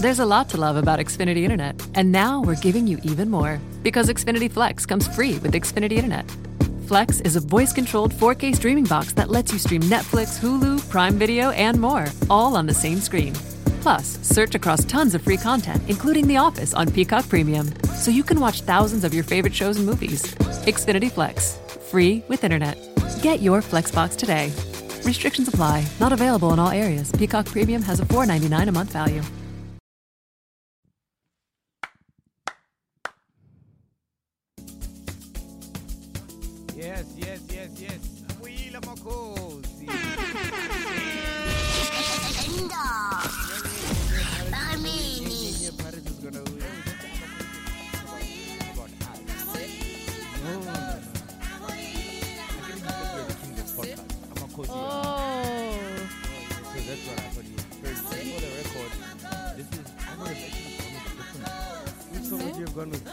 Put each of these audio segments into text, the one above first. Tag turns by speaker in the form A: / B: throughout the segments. A: There's a lot to love about Xfinity Internet, and now we're giving you even more because Xfinity Flex comes free with Xfinity Internet. Flex is a voice controlled 4K streaming box that lets you stream Netflix, Hulu, Prime Video, and more, all on the same screen. Plus, search across tons of free content, including The Office on Peacock Premium, so you can watch thousands of your favorite shows and movies. Xfinity Flex, free with internet. Get your Flexbox today. Restrictions apply, not available in all areas. Peacock Premium has a $4.99 a month value.
B: Yes, yes, yes, yes. Wheel Makhosi. Your parents is gonna win. God, I- No, no, no. I can't even do the podcast. I'm a cozy.
C: Oh.
B: So that's what I thought you were first. For the record, this is I would have actually gone with different. Which song would you have gone with?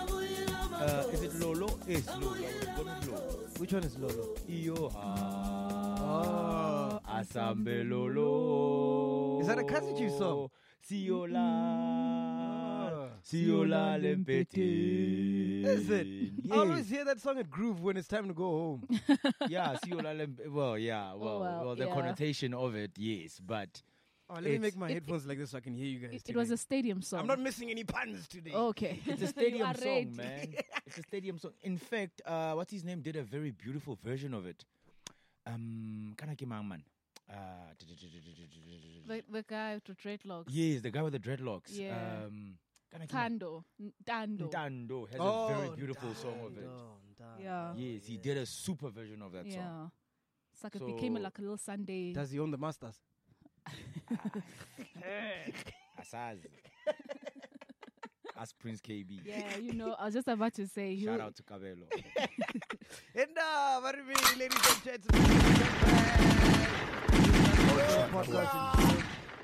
B: Uh, is it Lolo? Yes, Lolo. I would have gone with Lolo. Which one is Lolo? Iyo ha. Asambe Lolo.
D: Is that a Kaziju song?
B: Siola.
D: Ah.
B: Siola Lempete.
D: Is it? I always
B: Yes.
D: hear that song at Groove when it's time to go home.
B: yeah, Siola Lempete. Well, yeah. Well,
C: Oh, well,
B: well, the
C: yeah.
B: connotation of it, yes. But
D: Oh, let me
B: It's-
D: make my
C: It-
D: headphones like this so I can hear you guys.
C: It, it was a
D: today.
C: stadium song. Oh,
D: I'm not missing any puns today.
C: Okay.
B: It's a
C: You
B: stadium
C: are ready.
B: song, man. It's a stadium song. In fact, uh, what's his name did a very beautiful version of it. Um, Kanaki Mangman. Uh,
C: The, the guy with the dreadlocks.
B: yes, the guy with the dreadlocks.
C: Yeah.
B: Um, Kanaki Mang-
C: Tando. N- Tando.
B: Ntando has
D: Oh,
B: a very beautiful song of it.
D: Dun, dun,
C: Yeah.
D: dun.
B: Yes, he did a super version of that song.
C: yeah. It's like it became a,
B: So-
C: like a little Sunday.
D: Does he own the masters?
B: Asaz. Ask Prince KB.
C: yeah, you know, I was just about to say.
B: Shout
C: he'll-
B: out to Cabello.
D: And uh, what do you mean, ladies and gentlemen?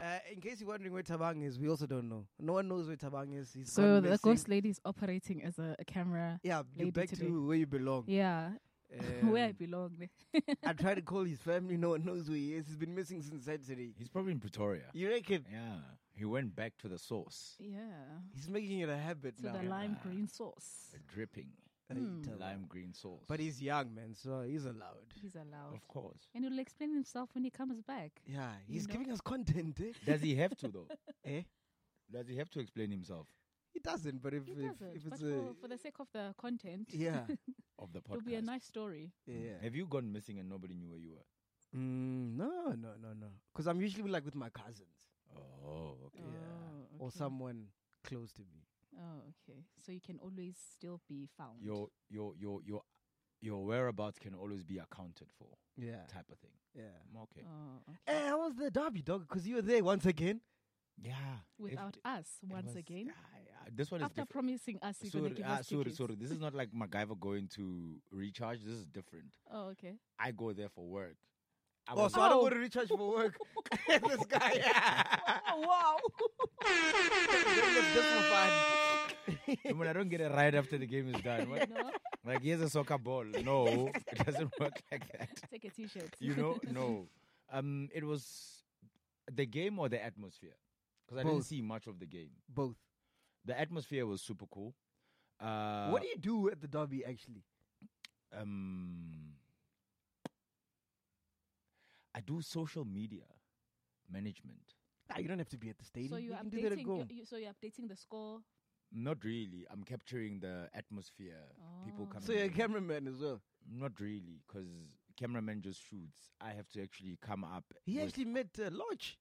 D: Uh, in case you're wondering where Tabang is, we also don't know. No one knows where Tabang is. He's
C: So
D: gone
C: the
D: missing.
C: ghost lady is operating as a, a camera.
D: Yeah,
C: lady
D: you back
C: today.
D: to where you belong.
C: Yeah. Where I
D: Um,
C: belong.
D: I tried to call his family. No one knows who he is. He's been missing since Saturday.
B: He's probably in Pretoria.
D: You reckon?
B: Yeah. He went back to the source.
C: yeah.
D: He's making it a habit
C: To
D: now.
C: the Hmm. lime green sauce.
B: The dripping.
D: Hey, Tabang.
B: Lime green sauce.
D: But he's young, man, so he's allowed.
C: He's allowed.
B: Of course.
C: And he'll explain himself when he comes back.
D: Yeah,
C: You
D: he's
C: know.
D: giving us content, eh?
B: Does he have to though?
D: eh?
B: Does he have to explain himself
D: He doesn't, but if,
C: He
D: if,
C: doesn't.
D: if
C: but
D: it's a.
C: for, for the sake of the content,
D: Yeah.
B: of the podcast? Hmm.
C: it'll be a nice story.
D: yeah.
B: Have you gone missing and nobody knew where you were?
D: Mm, no, no, no, no. Because I'm usually like with my cousins
B: Oh, okay.
C: Oh,
D: or
C: okay.
D: someone close to me.
C: Oh, okay. So you can always still be
D: Mm.
C: found.
B: Your your your your your whereabouts can always be accounted for,
D: Yeah,
B: type of thing.
D: yeah.
B: Mm, Okay.
C: Oh, okay.
D: Hey, how was the derby, dog? Because you were there once again.
B: Yeah. if
C: Without
B: th-
C: us,
B: it
C: once
B: was-
C: again.
B: Ah, yeah, This one is
C: After
B: different.
C: promising us, you're going to
B: Sorry,
C: give
B: ah,
C: us
B: sorry,
C: tickets.
B: sorry. This is not like MacGyver going to recharge. This is different.
C: Oh, okay.
B: I go there for work. I
D: Oh,
B: was-
D: so I don't
C: Oh.
D: want to recharge for work. this guy.
C: Oh, wow.
D: Just for fun.
B: And when I don't get a ride after the game is done, what-
C: no,
B: like here's a soccer ball. No, it doesn't work like that.
C: take a t-shirt.
B: you know no um it was the game or the atmosphere because i didn't
D: Both.
B: see much of the game
D: Both.
B: the atmosphere was super cool uh
D: what do you do at the derby, actually?
B: um i do social media management
D: Ah, you don't have to be at the stadium.
C: So you're
D: can do that at
C: updating.
D: home.
C: You, you, so you're updating the score.
B: not really i'm capturing the atmosphere people
C: Oh.
B: coming
D: So you're a
B: in.
D: cameraman as well.
B: not really because cameraman just shoots i have to actually come up
D: He
B: with-
D: actually met uh, Lodge.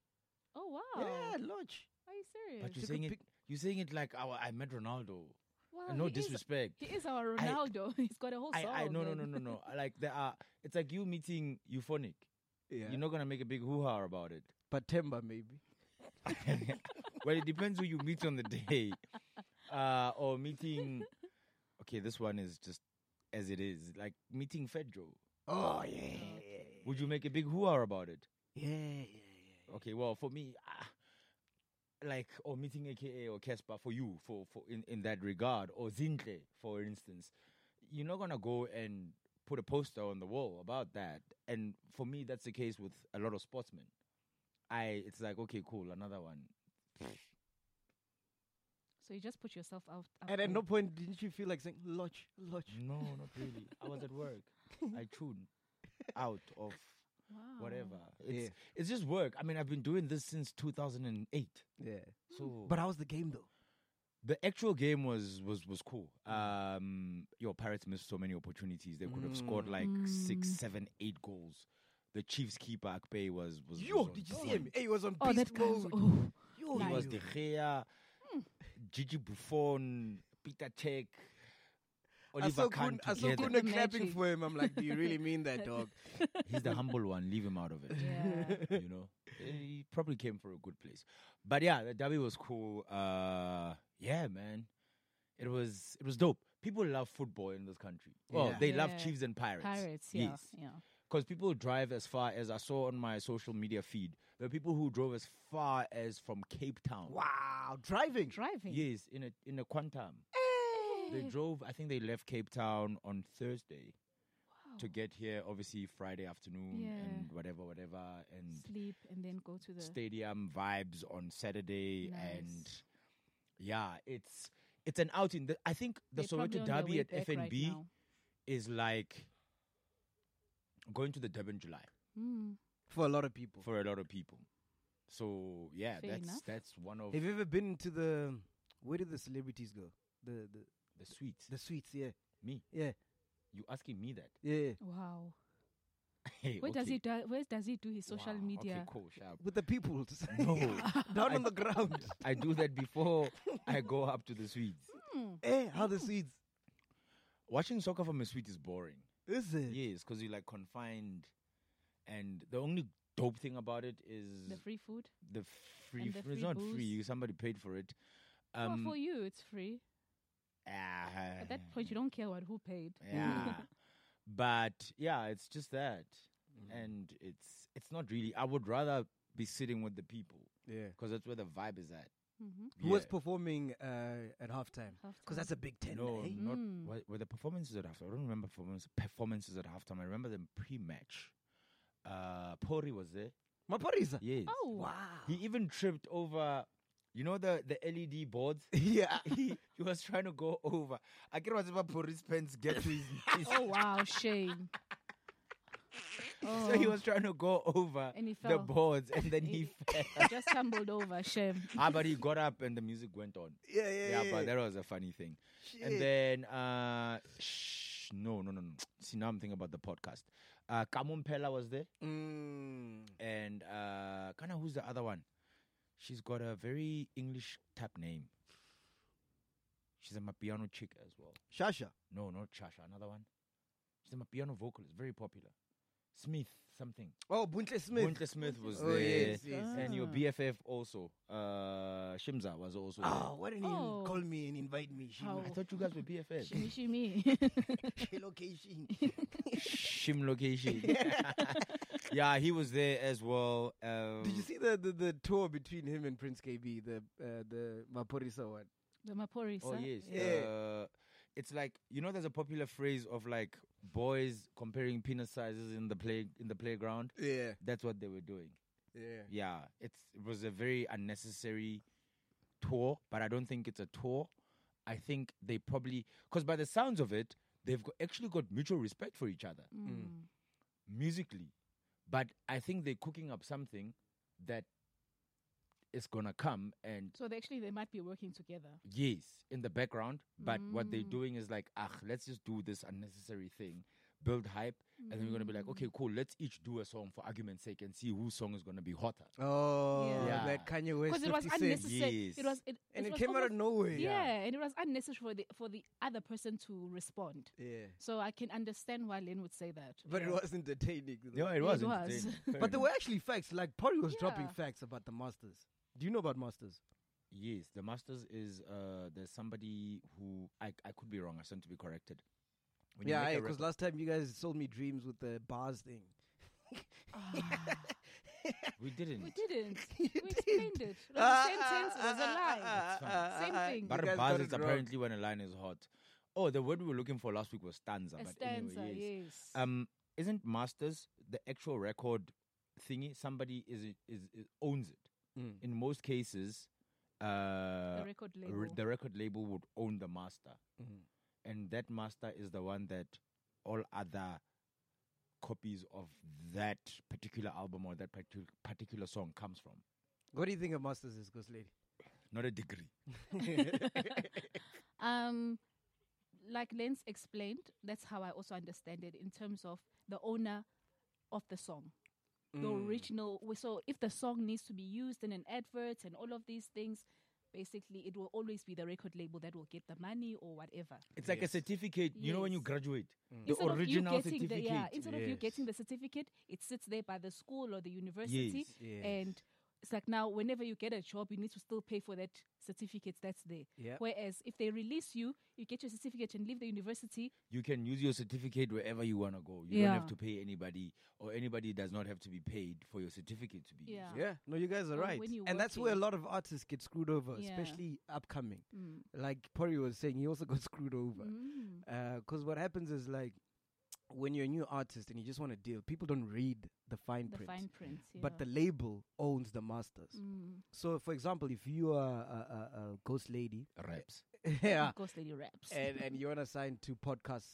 C: Oh wow.
D: Yeah, Lodge.
C: Are you serious?
B: but you're
D: took a
B: saying it
D: pic-
B: you're saying it like oh, i met ronaldo
C: wow,
B: no
C: he is-
B: disrespect
C: He is our
B: I-
C: Ronaldo. He's got a whole
B: I,
C: song.
B: I no no no
C: man.
B: no no. Like there are, it's like you meeting euphonic.
D: Yeah.
B: You're not gonna make a big hoo ha about it.
D: But Temba, maybe.
B: well, it depends who you meet on the day, uh, or meeting. Okay, this one is just as it is. Like meeting Fedro.
D: Oh yeah, yeah,
C: Oh.
B: Would you make a big hoo-ha about it?
D: yeah, yeah, yeah.
B: Okay, well, for me, ah, like or meeting AKA or Casper for you for for in, in that regard or Zintle for instance, you're not gonna go and put a poster on the wall about that. And for me, that's the case with a lot of sportsmen. I it's like okay, cool, another one.
C: So you just put yourself out. out
D: And at
C: there.
D: no point didn't you feel like saying lodge, lodge?
B: No, not really. I was at work. I tuned out of
C: wow.
B: whatever. Ah. It's it's just work. I mean, I've been doing this since 2008.
D: Yeah.
B: So
D: But how's the game though?
B: the actual game was was was cool.
D: Mm.
B: Um, your Pirates missed so many opportunities. They could have scored like six,
D: Mm.
B: seven, eight goals. The Chiefs keeper Akpay was was. was
D: Yo,
B: on
D: did you see
B: point.
D: him? Hey, he was on
C: Oh,
D: beast
C: that guy. was-
D: mode.
C: Oh,
D: Yo,
B: He was
D: yo. Hmm.
B: De Gea, Gigi Buffon, Peter Cech,
D: I
B: Oliver
D: saw
B: Kahn
D: Kun, I saw
B: together.
D: Kuna
C: The
D: clapping
C: magic.
D: for him. I'm like, do you really mean that, dog?
B: He's the humble one. Leave him out of it.
C: yeah.
B: you know he probably came for a good place but yeah the derby was cool uh yeah man it was it was dope people love football in this country well
D: Yeah.
B: they love
C: Yeah.
B: chiefs and pirates
C: Pirates, yeah. Yeah.
B: because people drive as far as i saw on my social media feed there are people who drove as far as from cape town
D: wow, driving.
C: Driving.
B: yes in a in a quantum they drove i think they left cape town on thursday to get here obviously friday afternoon
C: Oh. Yeah.
B: and whatever whatever and
C: Sleep and then go to the.
B: stadium vibes on Saturday,
C: Nice.
B: and yeah, it's it's an outing. The, I think the
C: They're
B: Soweto
C: probably on their way
B: Derby at
C: back
B: FNB
C: right now.
B: is like going to the Durban July
C: Mm.
D: For a lot of people.
B: for a lot of people. So yeah,
C: Fair
B: that's
C: enough.
B: that's one of
D: Have you ever been to the where did the celebrities go? The the
B: the sweets.
D: the suites, yeah.
B: me,
D: Yeah.
B: you asking me that?
D: Yeah. yeah.
C: Wow.
B: Hey,
C: Where does
B: okay.
C: he do? Where does he do his social
B: Wow,
C: media?
B: Okay, cool, sharp.
D: With the people. just
B: No,
D: Down
B: I-
D: on the ground.
B: I do that before I go up to the sweets.
D: eh, how the suites.
B: Watching soccer from a sweet is boring.
D: Is it?
B: Yes, because you're like confined, and the only dope thing about it is
C: The free food.
B: the free.
C: the
B: f-
C: free
B: it's not
C: booze.
B: free. Somebody paid for it. Um,
C: well, for you, it's free.
B: ah,
C: At that point, you
B: eh.
C: don't care what who paid.
B: yeah, but yeah, it's just that,
C: Mm.
B: and it's it's not really. I would rather be sitting with the people
D: Yeah.
B: because that's where the vibe is at.
C: hmm
D: Who was
B: Yeah.
D: performing uh, at halftime?
C: Halftime.
D: Because that's a big ten.
B: No,
D: eh?
B: not
C: Mm.
B: were, were the performances at halftime. I don't remember performance, performances at halftime. I remember them pre-match. Uh, Pori was there.
D: My parisa.
B: Yes.
C: Oh.
D: Wow.
B: He even tripped over, you know, the, the LED boards?
D: yeah. ah,
B: he, he was trying to go over. I get whatever police pants get to his knees.
C: Oh wow, shame. Oh,
B: So he was trying to go over
C: And he
B: the
C: fell.
B: boards and then he fell.
C: just stumbled over. Shame.
B: ah, but he got up and the music went on.
D: Yeah, yeah,
B: Yeah,
D: yeah.
C: Eh.
B: but that was a funny thing.
D: Shit.
B: And then, uh, shh, no, no, no, no. See, now I'm thinking about the podcast. Uh, Kamun Pella was there.
D: Mm.
B: And uh, kind of who's the other one? She's got a very English type name. She's a piano chick as well.
D: Shasha.
B: No, not Chasha. Another one. She's a piano vocalist, very popular. Smith something.
D: Oh, Buntle Smith.
B: Winter Smith was
D: Oh,
B: there,
D: yes, yes.
B: and your
C: Ah.
B: BFF also. Uh, Shimza was also.
D: Oh, why didn't
C: Oh.
D: you call me and invite me? She
B: there. I
C: How-
B: thought you guys were BFF.
C: Shimmy, shimmy.
D: she location.
B: Shim location. yeah, he was there as well. Um,
D: Did you see the, the, the tour between him and Prince KB, the uh, the Maporisa one?
C: the Mapori,
B: Oh
C: sir.
B: yes.
D: Yeah.
B: Uh, it's like you know, there's a popular phrase of like boys comparing penis sizes in the play in the playground.
D: Yeah,
B: That's what they were doing.
D: yeah.
B: yeah it's it was a very unnecessary tour but i don't think it's a tour i think they probably because by the sounds of it they've got, actually got mutual respect for each other
C: Mm.
B: musically but i think they're cooking up something that is gonna come and
C: So they actually they might be working together.
B: yes in the background but what
C: Mm.
B: they're doing is like ah let's just do this unnecessary thing build hype and then we're gonna be like
C: Mm.
B: okay cool let's each do a song for argument's sake and see whose song is gonna be hotter
D: Oh,
C: Yeah.
D: that Kanye West.
C: Because it was
D: 50 Cent.
C: unnecessary.
B: Yes.
C: It was it,
D: And it
C: was
D: came out of
C: almost-
D: nowhere.
C: Yeah. and it was unnecessary for the for the other person to respond.
D: Yeah.
C: So I can understand why Lynn would say that.
D: But it was entertaining. though.
B: Yeah, it
C: It
B: was.
C: was.
B: entertaining.
D: But
B: Fair
D: there
B: enough.
D: were actually facts. Like, Pori was dropping
C: Yeah.
D: facts about the Masters. Do you know about masters?
B: Yes, the masters is uh, there's somebody who I, I could be wrong. I stand to be corrected. When you
D: yeah,
B: make a
D: because
B: record-
D: last time you guys sold me dreams with the bars thing.
B: we didn't.
C: We didn't. we
D: You
C: explained it. Like the
D: Ah,
C: same
D: ah,
C: sentence was a
D: ah,
C: lie.
D: ah,
B: It's fine.
D: ah, ah,
C: Same
D: ah,
C: thing.
D: you
B: But
D: guys got
B: bars
D: it
B: is
D: wrong.
B: apparently when a line is hot. Oh, the word we were looking for last week was stanza.
C: a
B: but
C: stanza,
B: anyway, yes.
C: yes.
B: Um, isn't masters the actual record thingy? Somebody is is, is owns it.
D: Mm.
B: In most cases, uh,
C: the record
B: re-
C: label.
B: the record label would own the master,
D: Mhm.
B: and that master is the one that all other copies of that particular album or that partic- particular song comes from.
D: What do you think of masters is, Ghost Lady?
B: Not a degree.
C: um, like Lance explained, that's how I also understand it in terms of the owner of the song. The
D: Mm.
C: original. w- So if the song needs to be used in an advert and all of these things, basically it will always be the record label that will get the money or whatever.
B: It's like a certificate. You know when you
C: Yes.
B: graduate,
D: mm.
B: the
C: Instead of you
B: original
C: getting
B: certificate.
C: the yeah, instead of you
B: Yes.
C: getting the certificate, it sits there by the school or the university,
B: Yes,
D: yes.
C: and it's like now whenever you get a job, you need to still pay for that certificate that's there.
D: Yeah.
C: Whereas if they release you, you get your certificate and leave the university.
B: you can use your certificate wherever you want to go. You don't have
C: Yeah.
B: to pay anybody, or anybody does not have to be paid for your certificate to be
C: Yeah.
B: used.
D: Yeah, no, you guys are
C: Or
D: right.
C: when you're
D: And that's where a
C: working.
D: lot of artists get screwed over,
C: Yeah.
D: especially upcoming.
C: Mm.
D: Like Pori was saying, he also got screwed over.
C: Mm.
D: Because what happens is, like, when you're a new artist and you just want to deal, people don't read the fine
C: The
D: print.
C: fine print,
D: But the
C: yeah.
D: label owns the masters.
C: Mm.
D: So, for example, if you are a, a, a ghost lady,
B: Raps.
D: yeah,
C: Ghost Lady raps.
D: and, and you want to sign to podcast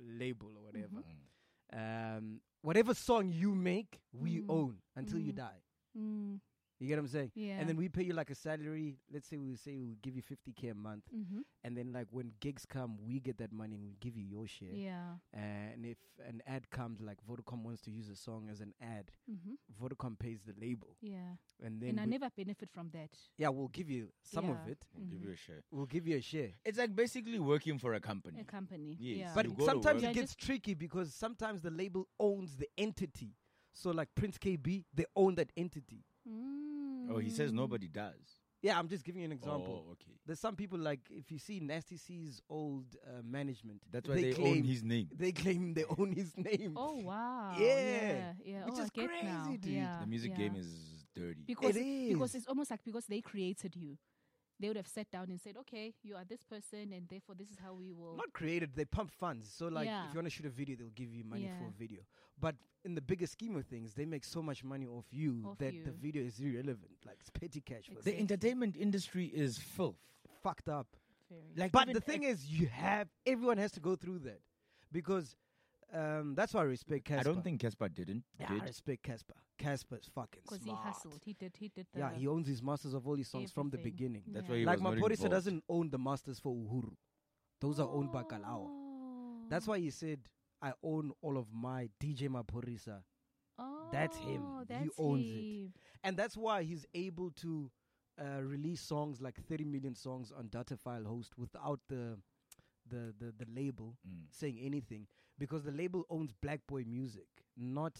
D: label or whatever,
B: Mm.
C: Mm-hmm.
D: um, whatever song you make, we
C: Mm.
D: own until you
C: Mm.
D: die.
C: Mm.
D: You get what I'm saying?
C: Yeah.
D: And then we pay you like a salary. Let's say we say we give you 50k a month,
C: Mhm.
D: and then like when gigs come, we get that money and we give you your share.
C: Yeah.
D: And if an ad comes, like Vodacom wants to use a song as an ad,
C: hmm
D: Vodacom pays the label,
C: Yeah.
D: and then
C: And I
D: we-
C: never benefit from that.
D: yeah, we'll give you some of
C: Yeah.
D: it.
B: We'll give you a share.
D: We'll give you a share.
B: It's like basically working for a company.
C: A company.
B: Yes.
C: Yeah.
D: But
B: You go to
D: sometimes
C: work.
D: it gets tricky because sometimes the label owns the entity. So like Prince KB, they own that entity.
C: Mm.
B: Oh, he says nobody does.
D: Yeah, I'm just giving you an example.
B: Oh, okay.
D: There's some people like if you see Nasty C's old uh, management,
B: That's why they, own
D: claim-
B: his name.
D: They claim they own his name.
C: Oh wow!
D: Yeah.
C: yeah, yeah.
D: Which
C: oh, I
D: is
C: get
D: crazy,
C: now.
D: dude. The
C: Yeah,
B: the music
C: yeah.
B: game is dirty.
C: because
D: It
C: because
D: is.
C: it's almost like because they created you, they would have sat down and said, "Okay, you are this person, and therefore this is how we will."
D: Not created. They pump funds. So like,
C: Yeah.
D: if you want to shoot a video, they'll give you money for
C: Yeah.
D: a video. But in the bigger scheme of things, they make so much money off you
C: Off
D: that the
C: you.
D: video is irrelevant. Like it's petty cash. For
B: the
D: them.
C: Exactly.
B: entertainment industry is filth.
D: fucked up.
C: Very.
B: Like,
D: But
B: even
D: the thing
B: ac-
D: is, you have everyone has to go through that because um, that's why I respect Casper.
B: I don't think Casper didn't.
D: Yeah,
B: did.
D: I respect Casper. Casper's fucking
C: because
D: smart.
C: he hustled, he did, he did. The
D: Yeah, he owns his masters of all his songs from the
C: everything.
D: beginning.
B: That's
C: Yeah.
B: why he
D: like
B: was not
D: Maporisa
B: involved.
D: doesn't own the masters for Uhuru. Those are owned by Kalawa.
C: Oh.
D: That's why he said, I own all of my DJ Maporisa.
C: Oh,
D: that's him.
C: oh,
D: He
C: that's
D: owns it.
C: him.
D: And that's why he's able to uh, release songs like 30 million songs on Datafile Host without the, the, the, the label
B: Mm.
D: saying anything because the label owns Black Boy Music, not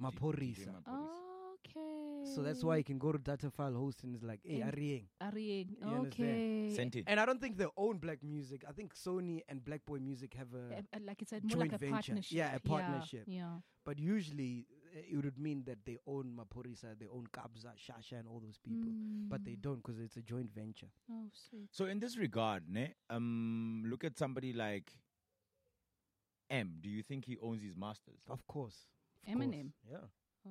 B: D- DJ
D: Maporisa.
C: Oh,
B: Maporisa.
C: Okay.
D: So that's why he can go to Datafile Host and is like, hey,
C: And-
D: Arieng.
C: Arieng.
D: You understand?
C: Okay.
B: Sent it.
D: And I don't think they own Black Music. I think Sony and Black Boy Music have a.
C: Uh, uh, like it's a, more
D: joint
C: like a
D: venture.
C: partnership.
D: Yeah, a partnership.
C: Yeah.
D: But usually uh, it would mean that they own Maporisa, they own Kabza, Shasha, and all those people. But they don't because it's a joint venture.
C: Mm. Oh, sweet.
B: So in this regard, ne, um, look at somebody like M. Do you think he owns his masters?
D: Of course. Of course.
C: Eminem.
D: Yeah.
C: Oh.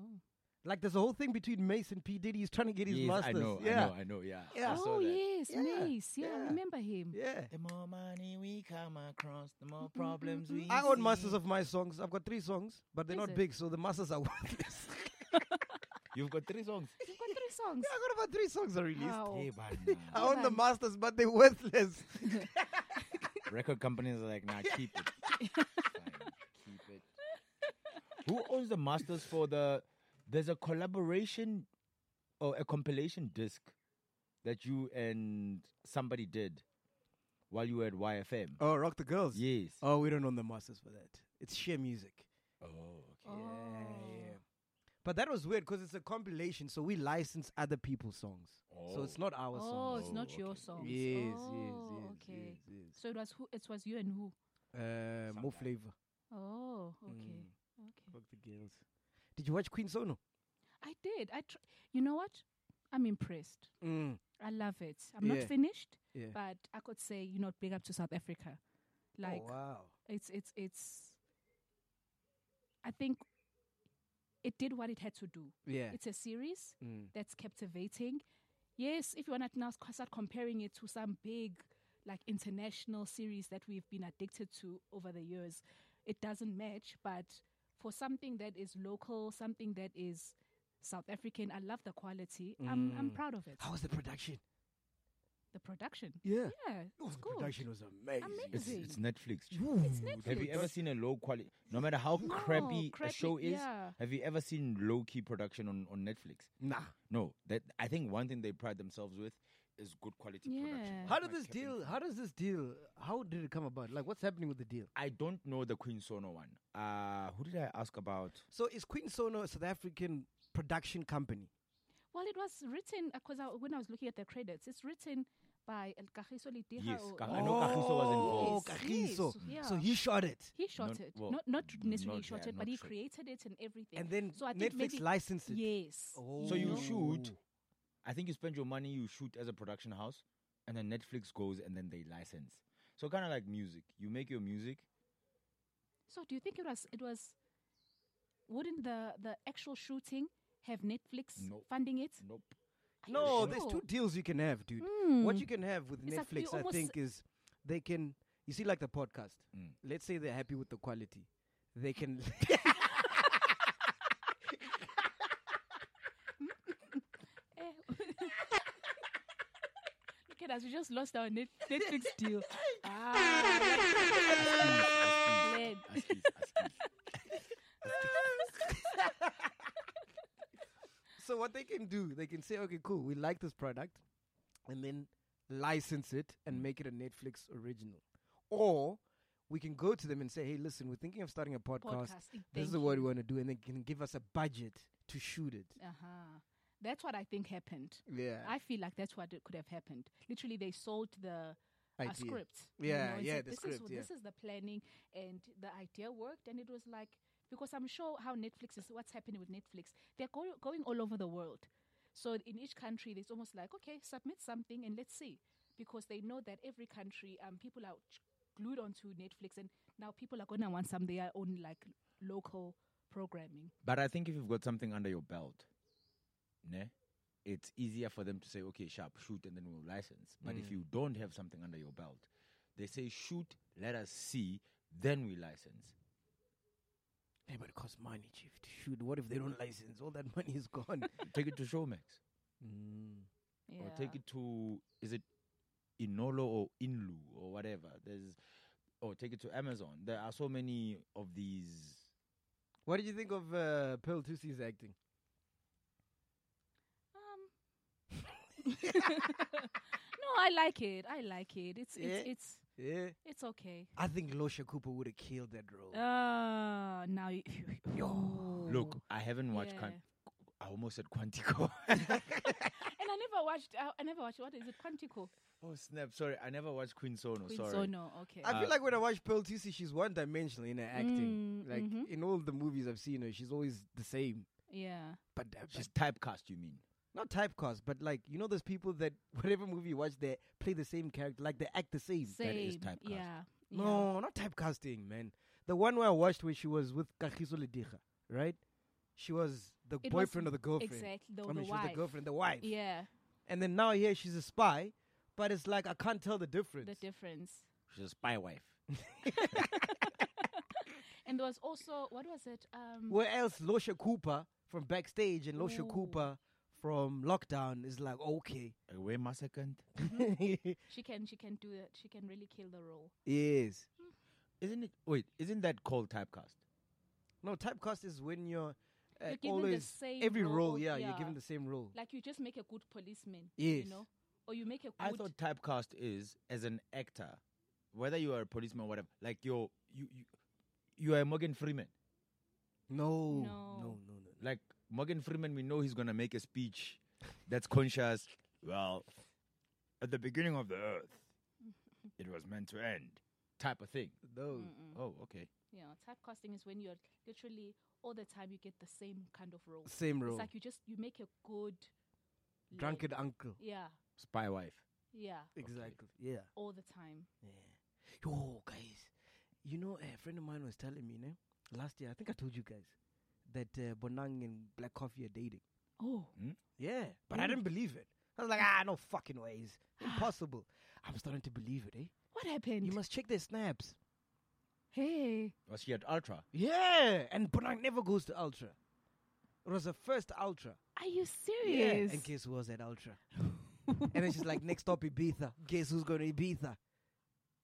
D: Like there's a whole thing between Mace and P. Diddy. He's trying to get his
B: Yes,
D: masters.
B: I know,
D: yeah.
B: I know, I know, yeah.
D: Yeah.
B: I saw
C: oh
B: that.
C: yes,
D: Yeah,
C: Mace. Yeah,
D: yeah.
C: I remember him.
D: Yeah.
B: The more money we come across, the more problems we.
D: I own masters
B: see.
D: of my songs. I've got three songs, but they're
C: Is
D: not
C: it?
D: big, so the masters are worthless.
B: You've got three songs.
C: You've got three songs.
D: I got about three songs that are released.
C: How?
B: Hey, man,
D: I
B: nah.
D: own the
C: man.
D: masters, but they're worthless.
B: Record companies are like, nah, keep it. Fine, keep it. Who owns the masters for the? There's a collaboration or a compilation disc that you and somebody did while you were at YFM.
D: oh, Rock the Girls.
B: Yes.
D: Oh, we don't own the masters for that. It's sheer music.
B: Oh, okay.
D: Yeah,
C: Oh.
D: yeah. But that was weird because it's a compilation, so we license other people's songs. So it's
B: Oh.
D: not our
C: Oh,
D: songs.
C: it's not your song.
D: Yes,
C: oh,
D: yes, yes,
C: okay.
D: yes, yes.
C: So it was who? It was you and who?
D: Uh, more flavor.
C: Oh, okay,
D: Mm.
C: okay.
E: Fuck the girls.
D: Did you watch Queen Sono?
C: I did. I, tr- you know what? I'm impressed.
D: Mm.
C: I love it. I'm
D: Yeah.
C: not finished,
D: Yeah.
C: but I could say, you know, big up to South Africa. Like
D: oh, wow.
C: it's it's it's. I think it did what it had to do.
D: Yeah.
C: It's a series
D: Mm.
C: that's captivating. Yes, if you want to now sc- start comparing it to some big, like international series that we've been addicted to over the years, it doesn't match. But for something that is local, something that is South African, I love the quality. I'm, I'm proud of it.
D: Mm. How was the production?
C: The production.
D: Yeah.
C: Yeah,
D: Oh,
C: it's
D: the
C: good.
D: production was amazing.
B: It's,
C: Amazing.
B: it's Netflix.
C: It's Netflix.
B: Have you ever seen a low quality? No matter how
C: No,
B: crappy, a
C: crappy,
B: show is,
C: yeah.
B: have you ever seen low key production on, on Netflix?
D: Nah.
B: No. That I think one thing they pride themselves with is good quality production.
C: Yeah.
D: How
B: That
D: did
B: might
D: this
B: have been-
D: deal? How does this deal? How did it come about? Like, what's happening with the deal?
B: I don't know the Queen Sono one. Uh who did I ask about?
D: So is Queen Sono a South African production company?
C: Well, it was written because I, when I was looking at the credits, it's written by El Kagiso Litiga.
B: Yes,
C: or-
B: Ka- I know Kagiso was
D: Oh,
B: involved.
C: Yes,
D: Kagiso.
C: yes,
D: So
C: yeah.
D: he shot it,
C: He shot
B: Not-
C: it.
B: well,
C: not not necessarily
B: not-
C: shot
B: yeah,
C: it,
B: not
C: but he
B: shot.
C: created it and everything.
D: and then
C: so I think
D: Netflix
C: maybe-
D: licensed it.
C: Yes.
D: Oh.
B: So you
C: know?
B: shoot. I think you spend your money, you shoot as a production house, and then Netflix goes and then they license. So kind of like music. You make your music.
C: So do you think it was it was? Wouldn't the the actual shooting have Netflix
B: No.
C: funding it?
B: Nope.
C: I
D: No,
C: don't
D: there's
C: know.
D: two deals you can have, dude. What you can have with
C: Hmm. It's like you
D: Netflix, I
C: almost-
D: think, is they can. You see, like the podcast.
B: Mm.
D: Let's say they're happy with the quality, they can.
C: Eh. Look at us, we just lost our Net- Netflix deal. Ah, Glenn.
B: Askies, askies.
D: so what they can do, they can say, okay, cool, we like this product, and then license it and make it a Netflix original, or we can go to them and say, hey, listen, we're thinking of starting a podcast.
C: Podcasting,
D: This
C: thank
D: is what we
C: you.
D: want to do, and they can give us a budget to shoot it.
C: Uh-huh. That's what I think happened.
D: Yeah,
C: I feel like that's what it could have happened. Literally, they sold the a
D: Idea.
C: script.
D: Yeah,
C: and
D: yeah,
C: said,
D: the
C: this
D: script,
C: Is,
D: yeah.
C: This is the planning, and the idea worked, and it was like because I'm sure how Netflix is. What's happening with Netflix? They're go- going all over the world, so in each country, it's almost like okay, submit something and let's see, because they know that every country, um, people are ch- glued onto Netflix, and now people are gonna want some their own like local programming.
B: But I think if you've got something under your belt, ne, it's easier for them to say, okay, sharp, shoot, and then we'll license. But
C: Mm.
B: if you don't have something under your belt, they say, shoot, let us see, then we license.
D: Hey, but it costs money, chief. To shoot, what if they don't license? All that money is gone. Hmm.
B: take it to Showmax
C: Yeah.
B: or take it to, is it Inolo or Inlu or whatever? There's, or take it to Amazon. There are so many of these.
D: what did you think of uh, Pearl Tusi's acting?
C: Um. no, I like it. I like it. It's
D: Yeah?
C: it's it's
D: Yeah,
C: it's okay.
D: I think Losha Cooper would have killed that role.
C: Oh. Uh now you,
B: Look, I haven't watched,
C: Yeah.
B: Quan- I almost said Quantico.
C: and I never watched. I, I never watched. What is it? Quantico.
B: oh, snap. Sorry, I never watched Queen Sono.
C: Queen
B: sorry.
C: Sono. Okay.
D: I feel
B: Uh,
D: like when I watch Pearl Tusi, she's one dimensional in her acting.
C: Mm,
D: like
C: mhm.
D: in all the movies I've seen her, she's always the same.
C: yeah.
D: But, uh,
B: She's typecast, you mean?
D: but not typecast, but like you know those people that whatever movie you watch, they play the same character, like they act the same.
C: Same.
B: is typecast.
C: Yeah. yeah.
D: No, not typecasting, man. The one where I watched where she was with Kagiso Lediga, right? She was the
C: It was
D: boyfriend or the girlfriend.
C: exactly, the-
D: I
C: the
D: mean, she was the
C: wife.
D: girlfriend, the wife.
C: Yeah.
D: And then now here she's a spy, but it's like I can't tell the difference.
C: The difference.
B: She's a spy wife.
C: And there was also what was it? Um.
D: Where else Losha Cooper from backstage and Losha
C: Ooh.
D: Cooper from lockdown is like okay.
B: Away my second.
C: She can. She can do it. She can really kill the role.
D: yes.
B: Isn't it? Wait, isn't that called typecast?
D: No, typecast is when you're, uh,
C: You're given the
D: always
C: same
D: every
C: role,
D: role. Yeah, you're
C: yeah.
D: given the same role.
C: Like you just make a good policeman.
D: Yes.
C: You know. Or you make a good.
B: I thought typecast is as an actor, whether you are a policeman or whatever. Like you're you you, you are Morgan Freeman.
D: no, no,
C: No.
D: no, no.
B: Like Morgan Freeman, we know he's gonna make a speech that's conscious. Well, at the beginning of the earth, it was meant to end, type of thing.
D: Those.
B: Oh, okay.
C: You know, typecasting is when you're literally all the time you get the same kind of role.
D: Same role.
C: It's like you just you make a good lead.
D: Drunkard uncle.
C: Yeah,
B: Spy wife.
C: yeah,
D: Exactly. Yeah.
C: all the time.
D: Yo, guys, you know, a friend of mine was telling me, ne, last year, I think I told you guys, that uh, Bonang and Black Coffee are dating.
C: Oh,
D: Yeah, but I didn't believe it. I was like, ah, no fucking ways. Impossible. I'm starting to believe it, eh?
C: what happened?
D: You must check their snaps.
C: hey,
B: Was she at Ultra?
D: Yeah, and Bonang never goes to Ultra. It was her first Ultra.
C: are you serious?
D: And guess who was at Ultra? and then she's like, next stop Ibiza. Guess who's going to Ibiza?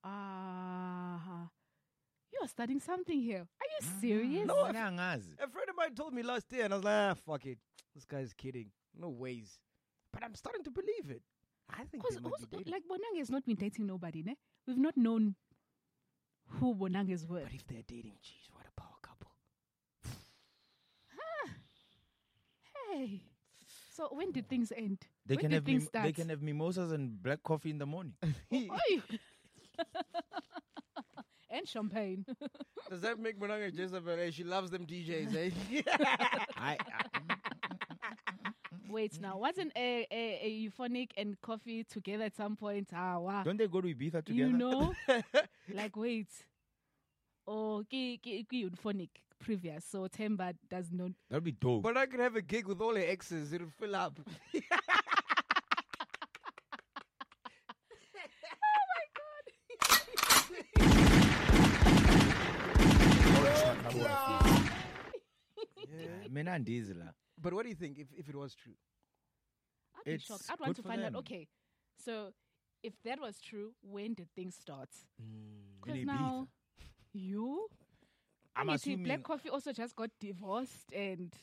C: Ah, you are studying something here. Are you serious?
D: Ah, No, I-
B: Nangazi.
D: A friend of mine told me last year, and I was like, ah, fuck it. This guy's kidding. No ways. But I'm starting to believe it. I think
C: Because
D: they might be dating.
C: like Bonang has not been dating nobody, ne? We've not known who Bonang is with.
D: but if they're dating, jeez, what a power couple.
C: Hey, so when did things end?
B: They
C: when
B: can
C: did
B: have
C: things
B: mim-
C: start?
B: they can have mimosas and black coffee in the morning.
C: Oi. and champagne.
D: Does that make Monanga Jezebel? Eh? She loves them DJs, eh?
B: I, I
C: Wait now, wasn't a, a, a euphonic and coffee together at some point? Ah, wow.
B: don't they go to Ibiza together?
C: You know, like wait. Oh, ki ki ki euphonic previous. So Temba does not.
B: that'd be dope.
D: but I could have a gig with all her exes. It'll fill up.
B: Yeah, Mina and Diesel, ah.
D: But what do you think if, if it was true?
C: I'd be
B: It's
C: shocked. I'd
B: good
C: want to
B: for
C: find
B: them.
C: out. Okay, so if that was true, when did things start? Because
B: In
C: now you.
B: I'm
C: you see,
B: assuming. Mm.
C: Black Coffee also just got divorced, and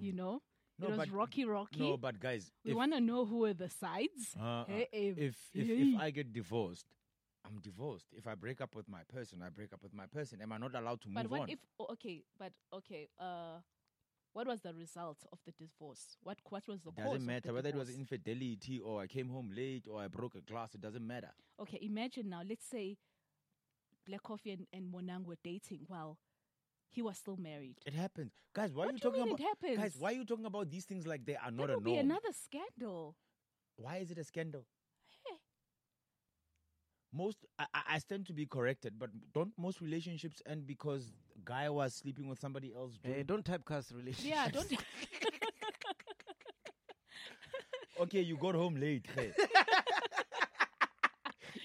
C: you know
B: No,
C: it was
B: but-
C: rocky, rocky.
B: no, but guys,
C: we
B: if-
C: want to know who are the sides.
B: Uh, uh,
C: Hey, eh,
B: if, if,
C: hey.
B: if I get divorced, I'm divorced. If I break up with my person, I break up with my person. Am I not allowed to move
C: but what
B: on?
C: if? Oh, okay, but okay. Uh, what was the result of the divorce? What what was the cause?
B: doesn't
C: of
B: matter
C: the
B: whether it was
C: divorce?
B: infidelity or I came home late or I broke a glass. It doesn't matter.
C: okay, imagine now, let's say Black Coffee and, and Monang were dating while he was still married.
B: It happens, guys. Why
C: What
B: are you
C: do you
B: talking
C: mean
B: about?
C: it
B: Guys,
C: happens?
B: why are you talking about these things like they are not
C: that
B: a
C: would be
B: norm?
C: another scandal.
B: Why is it a scandal?
C: Hey.
B: Most I, I- I stand to be corrected, but don't most relationships end because guy was sleeping with somebody else?
D: Eh,
B: during-
D: don't typecast relationships.
C: Yeah, don't.
B: okay, you got home late. hey.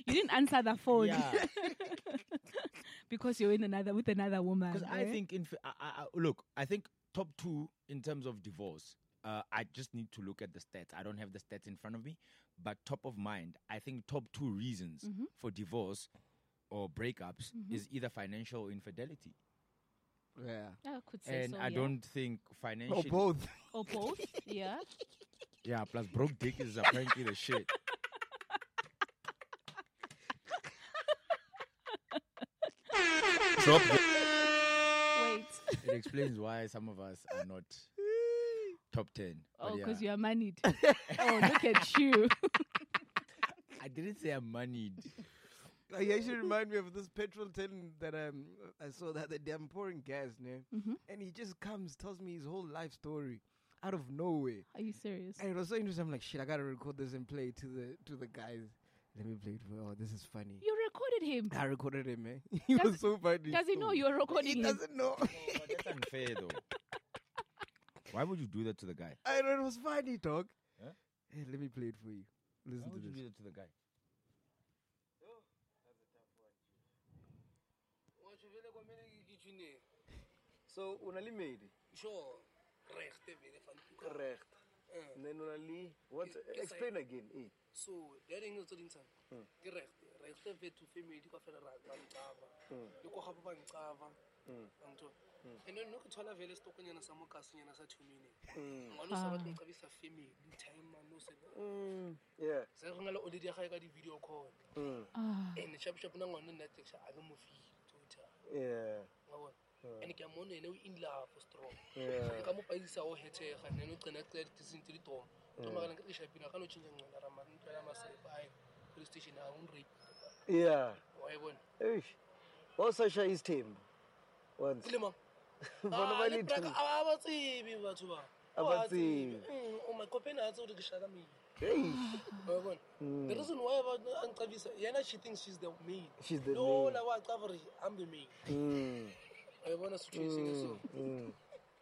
C: you didn't answer the phone
B: Yeah.
C: because you're in another with another woman.
B: Because I
C: eh?
B: think, in, I, I, I- look, I think top two in terms of divorce. Uh, I just need to look at the stats. I don't have the stats in front of me, but top of mind, I think top two reasons
C: Mm-hmm.
B: for divorce or breakups is either financial or infidelity,
D: Yeah.
C: I could say
B: and
C: so,
B: I
C: yeah.
B: don't think financial.
D: Or both.
C: or both. Yeah,
B: Yeah, plus broke dick is apparently the shit. Drop the-
C: wait.
B: it explains why some of us are not top ten. But
C: Oh,
B: yeah.
C: because you are married. oh, look at you.
B: I didn't say I'm moneyed.
D: Uh, You actually remind me of this petrol tin that um, I saw the other day. I'm pouring gas, man.
C: Mm-hmm.
D: And he just comes, tells me his whole life story out of nowhere.
C: Are you serious?
D: And it was so interesting. I'm like, shit, I gotta record this and play it to the to the guys. Let me play it for oh, this is funny.
C: You recorded him.
D: I recorded it, man. he was so funny.
C: Does he know you're recording
D: He
C: him?
D: doesn't know.
B: That's unfair though. Why would you do that to the guy?
D: I know it was funny, dog.
B: Huh?
D: Hey, let me play it for you. Listen
B: Why
D: to
B: would you
D: this.
B: do that to the guy?
D: So o na le medi
F: Sure. Rechte mene van Tuka.
D: correct. And then o na le what
F: ke
D: explain again. Eh.
F: So, derde engel tse dintshang ke rechte. Rechte vethu family ka fela ra ba ncaba. Le go gape ba ncaba. Anto. And then no ke thola vele stokonyana sa mo kasenyana sa 2 minutes. Ngwana o sa batle nqabisa family time man no se.
D: Hmm.
G: Mm,
D: Yeah.
F: Se re ngala o le dia gae ka di video call.
C: Ah.
F: And shop shop na ngwana nna text a ke mo feel. Twitter.
D: Yeah.
F: Ngabona. tota. and ke a mona ene o in love strong
G: Yeah.
F: nka mo paisa o hethega nene o qena qea ditiseng tse di toma tomakanang ka eshapile a ka no tšhentšha nqana ramantlwela masepa ae police station a onrapile
G: yeah
F: wae bona
G: eish wasasha isithembu once
F: ke le mang
G: bona ba le two
F: a ba tsebe batho ba
G: Ha ba tsebe.
F: o makopene a tse gore ke shaka mail
G: eish
F: wae bona the reason why a nqabisa yena she thinks she's the mail
G: She's the
F: no
G: main.
F: la wa cava gore i'm the mail
G: Mm,
F: wae bona setho esenge seo
G: mm.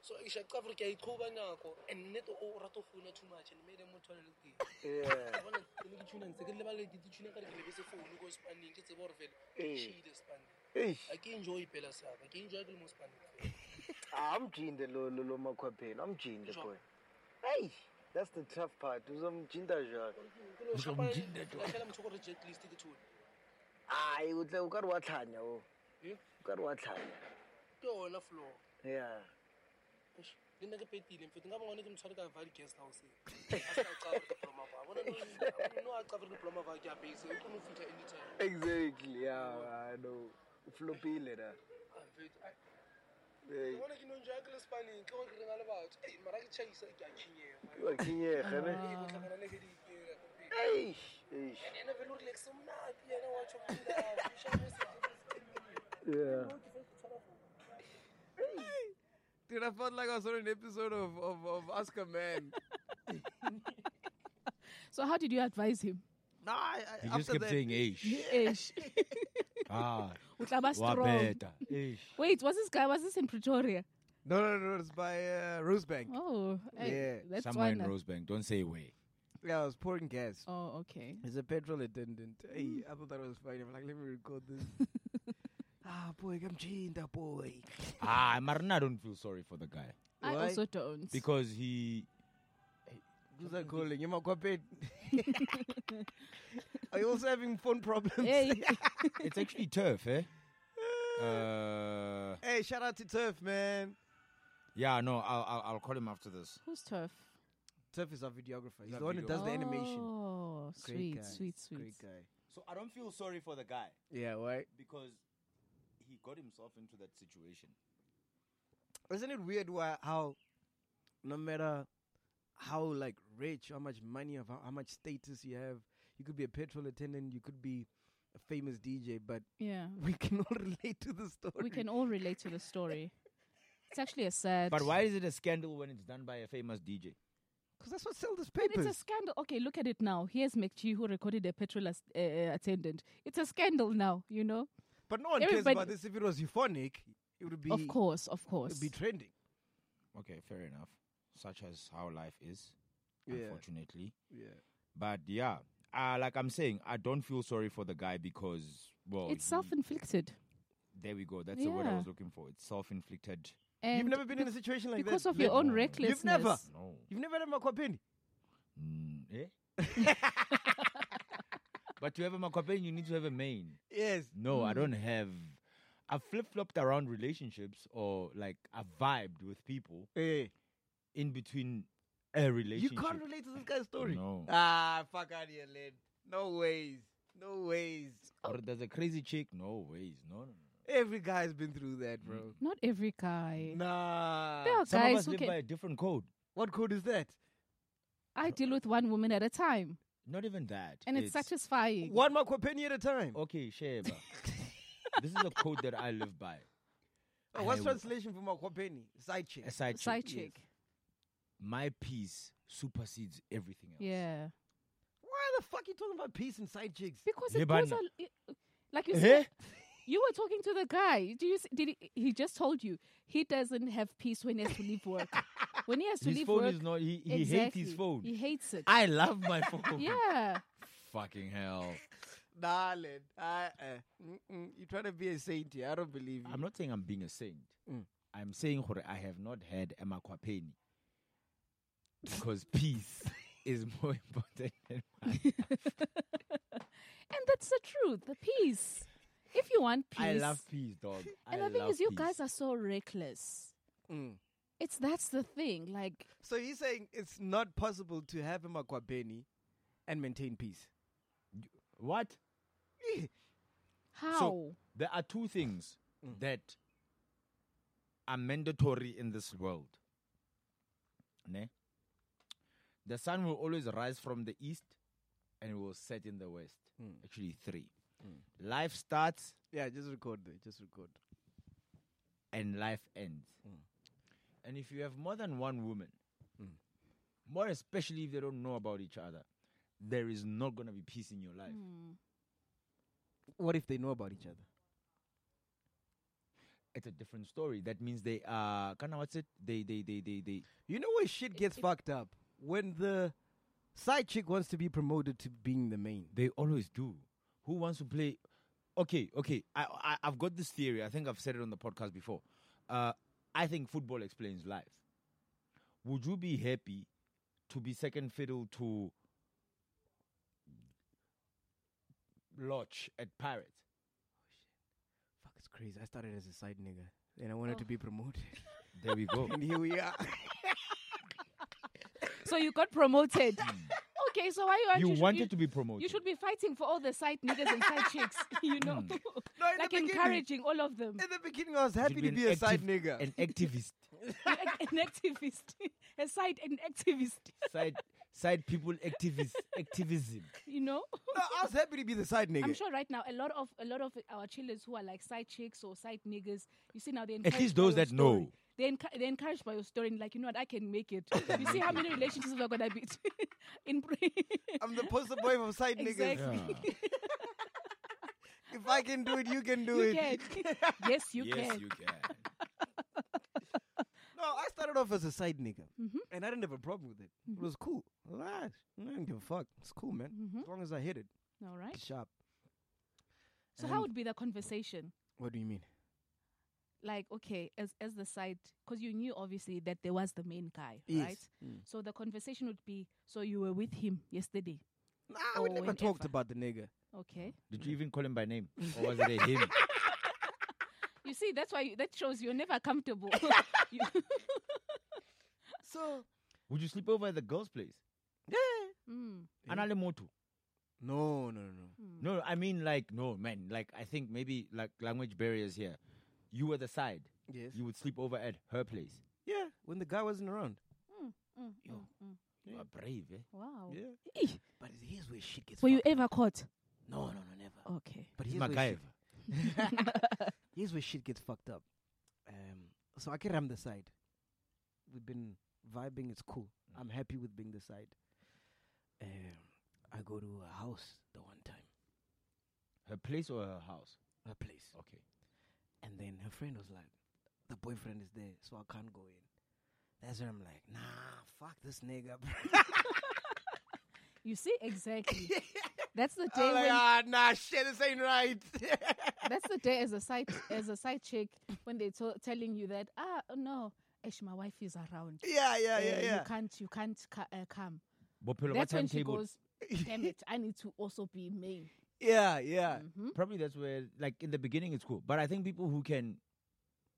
F: so isha cava gore ke a iqhoba nako and nnete o rata go founa too much and made mo thola le teng
G: yeah
F: bona ne ke tuna ntse ke lebale ke di tuna ka re ke lebetse founu ko spaneng ke tsebe gore fela
G: Eh.
F: ke shile spaneng
G: eish
F: ga ke enjoy pela saka ke enjoy ke le mo spaneng
G: amjinde lo lo lo makhwapheni amjinde boy hey that's the tough part uzomjinda njani
F: felatlhela motho gore jet list ke thone
G: hayi utle o ka re wa tlhanya o
D: Hm?
F: Eh?
G: o ka re wa tlhanya
F: ke yona floor
G: yeah
F: Eish, le nna ke petile mfete nka bongwane ke motshware ka vale guest house no e- a e cabore diploma va ke apese o kone go fitlha anytime
G: exactly yeah i know flopile na
F: Ah, mfete, ai, ke
G: hey
F: bona ke no enjoy ke le spaneng ke gore ke rena le batho Ei, mara ke chaisa ke a
G: wa
F: khinyega
G: kinyega ne
D: Ah.
F: Ei, ke tlhakana le ke diipela mfete.
G: eish eish
F: And yena vele o relaxe monate yena wa tsho molao, o share message every second.
G: yeah
D: Dude, I felt like I was on an episode of, of, of Ask a Man.
C: So how did you advise him? Eh,
D: nah, I, I,
B: He just
D: after
B: kept
D: that,
B: saying, "Eish,
C: Eish.
B: ah,
C: Utlaba
B: wa
C: strong.
B: better, eish."
C: Wait, was this guy? Was this in Pretoria?
D: No, no, no, it's by uh, Rosebank.
C: Oh, eh,
D: Yeah,
C: that's
B: Somewhere
C: why.
B: in
C: na-
B: Rosebank, don't say where.
D: Yeah, I was pouring gas.
C: Oh, okay.
D: He's a petrol attendant. Hey,
C: Mm.
D: I thought that was funny. I'm like, let me record this. ah, boy, I'm chinda, boy.
B: ah, Marina, I don't feel sorry for the guy
C: I
D: Why?
C: also don't.
B: because he
D: Who's that calling? You're my puppet. Are you also having phone problems?
C: hey,
B: it's actually turf, eh? Uh,
D: Hey, shout out to Turf, man.
B: yeah, no, I'll, I'll I'll call him after this.
C: who's tough?
D: Turf is our videographer. He's
B: Our
D: the one who does the animation.
C: Oh,
D: Great guy.
C: sweet, sweet, sweet.
D: Great guy.
B: So I don't feel sorry for the guy
D: Yeah, right.
B: because he got himself into that situation.
D: Isn't it weird why how no matter how like rich, how much money you have, how, how much status you have, you could be a petrol attendant, you could be a famous DJ, but
C: Yeah,
D: we can all relate to the story.
C: we can all relate to the story. It's actually a sad.
B: But why is it a scandal when it's done by a famous DJ?
D: because that's what sells this
C: But
D: papers.
C: it's a scandal. Okay, look at it now. Here's McGee who recorded a petrol as, uh, uh, attendant. It's a scandal now, you know.
D: but no one cares about
C: everybody-
D: this. If it was euphonic, it would be
C: of course, of
D: it
C: course.
D: would be trending.
B: Okay, fair enough. Such as how life is,
D: Yeah.
B: unfortunately.
D: Yeah.
B: But yeah, uh, like I'm saying, I don't feel sorry for the guy because, well,
C: it's
B: he-
C: self-inflicted.
B: There we go. That's the word I
C: Yeah.
B: was looking for. It's self-inflicted.
C: And
D: You've never been in a situation like
C: because
D: that.
C: of your own
B: No. You've
C: recklessness.
D: never-
B: No.
D: You've never had a makwapeni.
B: Mm, eh? but to have a makwapeni, you need to have a main.
D: Yes.
B: No, I don't have. I've flip flopped around relationships or like I've vibed with people
D: Hey.
B: in between a
D: You
B: relationship.
D: can't relate to this guy's story.
B: No.
D: Ah, fuck out here, lad. No ways. No ways.
B: Or there's a crazy chick. No ways. No, no, no.
D: Every guy's been through that, bro.
C: Not every
B: Mm.
C: guy.
D: Nah.
C: There are
B: Some of
C: Oh, guys
B: us
C: who
B: live
C: can.
B: by a different code.
D: What code is that?
C: I deal with one woman at a time,
B: Not even that.
C: and it's, satisfying.
D: One makwapeni at a time.
B: Okay, Sheba. this is a code that I live by.
D: Oh, what's
B: I-
D: translation for makwapeni? Side chick.
B: A side chick.
C: Side chick.
B: My peace supersedes everything else.
C: Yeah.
D: Why the fuck you talking about peace and side chicks?
C: Because
B: Yeah,
C: it
B: but
C: goes
B: no.
C: on. It, like you
B: Eh?
C: said, you were talking to the guy. Do you see, did he, he just told you he doesn't have peace when he has to leave work. when he has to
B: His
C: leave
B: phone
C: work,
B: is not. He, he hates
C: exactly.
B: his phone.
C: He hates it.
B: I love my phone.
C: yeah.
B: Fucking hell.
D: Nah, lad. Ah, eh. Mm-mm. You trying to be a saint here? I don't believe you.
B: I'm not saying I'm being a saint.
D: Mm.
B: I'm saying gore I have not had a makwapeni because peace is more important than my
C: And that's the truth. The peace. If you want peace.
B: I love peace, dog.
C: And
B: I
C: the thing
B: love
C: is, you
B: peace.
C: guys are so reckless.
D: Mm.
C: It's that's the thing. Like
D: So you're saying it's not possible to have a makwapeni and maintain peace?
B: what?
C: how?
B: So there are two things that are mandatory in this world. Ne? The sun will always rise from the east and it will set in the west. Actually, three. Life starts
D: Yeah, just record there. Just record.
B: and life ends. And if you have more than one woman, more especially if they don't know about each other, there is not going to be peace in your life.
D: What if they know about each other?
B: It's a different story. That means they are, kind of what's it? They, they, they, they, they.
D: You know where shit gets fucked up when the side chick wants to be promoted to being the main.
B: They always do. Who wants to play? Okay, okay. I, I I've got this theory. I think I've said it on the podcast before. Uh, I think football explains life. Would you be happy to be second fiddle to Lodge at Pirates?
D: Fuck, it's crazy. I started as a side nigga, and I wanted to be
C: Oh.
D: promoted,
B: There we go.
D: and here we are.
C: So you got promoted. okay, so why aren't
B: you
C: you should-
B: wanted
C: you-
B: to be promoted. Hmm.
C: You should be fighting for all the side niggas and side chicks, you know,
D: No, in
C: like
D: the beginning-
C: encouraging all of them.
D: At the beginning, I was
B: You should
D: happy to be,
B: an
D: a side
B: activ-
D: nigga.
B: an activist,
C: an activist, a side an activist,
B: side side people activist activism.
C: you know.
D: no, I was happy to be the side nigga.
C: I'm sure right now a lot of a lot of our chillers who are like side chicks or side niggas, you see now they encouraged
B: least
C: by
B: those
C: your
B: that know.
C: story. They enc- they're encouraged by your story and like you know what I can make it. you see how many relationships we're gonna be in pre-
D: I'm the poster boy for side niggas.
C: exactly.
D: If I can do it, you can do
C: You
D: it.
C: can. yes, you can.
B: can.
D: No, I started off as a side nigga,
C: Mm-hmm.
D: and I didn't have a problem with it. It was cool. I was like, "Ah, I didn't give a fuck. It's cool, man. As long as I hit it,
C: All Mm-hmm. right.
D: it's sharp.
C: So how would be the conversation?
D: What do you mean?
C: Like, okay, as as the side, because you knew obviously that there was the main guy,
D: Yes.
C: right?
B: Mm.
C: So the conversation would be, so you were with him yesterday,
D: Nah, we
C: Or
D: never talked
C: whenever.
D: about the nigga.
C: okay?
B: Did you even call him by name, or was it a him?
C: You see, that's why you, that shows you're never comfortable. You-
D: So
B: Would you sleep over at the girl's place?
C: Mm.
B: Anale motu.
D: no, no, no, no.
B: No, I mean like no man. Like I think maybe like language barriers here. You were the side.
D: Yes.
B: You would sleep over at her place.
D: Yeah, when the guy wasn't around.
B: Yo, you are brave, eh?
C: Mm, Wow.
D: Yeah.
C: Eh,
D: But here's where shit gets.
C: Were you
D: fucked up.
C: ever Oh. caught?
D: No, no, no, never.
C: Okay.
D: But
B: He's
D: here's where,
B: MacGyver.
D: shit, here's where shit gets fucked up. Um, so I get on the side. We've been vibing. It's cool. I'm happy with being the side. Um, I go to a house the one time,
B: Her place or her house?
D: a place,
B: Okay.
D: and then her friend was like, "The boyfriend is there, so I can't go in." That's when I'm like, "Nah, fuck this nigga." bro."
C: You see exactly. that's the day
D: I'm like,
C: when
D: ah, nah, shit, this ain't right.
C: that's the day as a side as a side chick when they to- telling you that ah no, Ash, my wife is around.
D: yeah, yeah,
C: Eh,
D: yeah,
C: You
D: yeah.
C: can't you can't ca- uh, come.
B: Bophelo ba
C: that's when she
B: timetable.
C: goes. Damn it! I need to also be main. Mm-hmm.
D: Yeah, yeah.
B: Probably that's where like in the beginning it's cool. But I think people who can,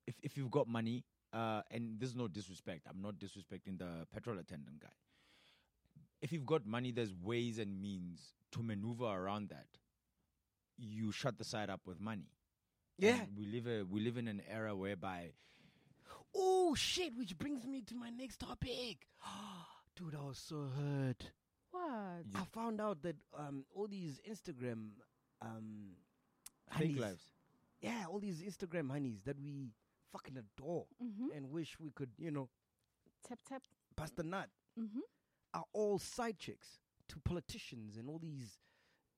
B: if if you've got money, uh, and there's no disrespect. I'm not disrespecting the petrol attendant guy. If you've got money, there's ways and means to maneuver around that. You shut the side up with money.
D: Yeah.
B: And we live a, we live in an era whereby
D: Oh shit, which brings me to my next topic. Dude, I was so hurt.
C: What?
D: I found out that um all these Instagram um
B: fake
D: honeys-
B: lives.
D: Yeah, all these Instagram honeys that we fucking adore
C: Mm-hmm.
D: and wish we could, you know,
C: Tap tap.
D: bust a nut
C: Mhm.
D: are all side chicks to politicians and all these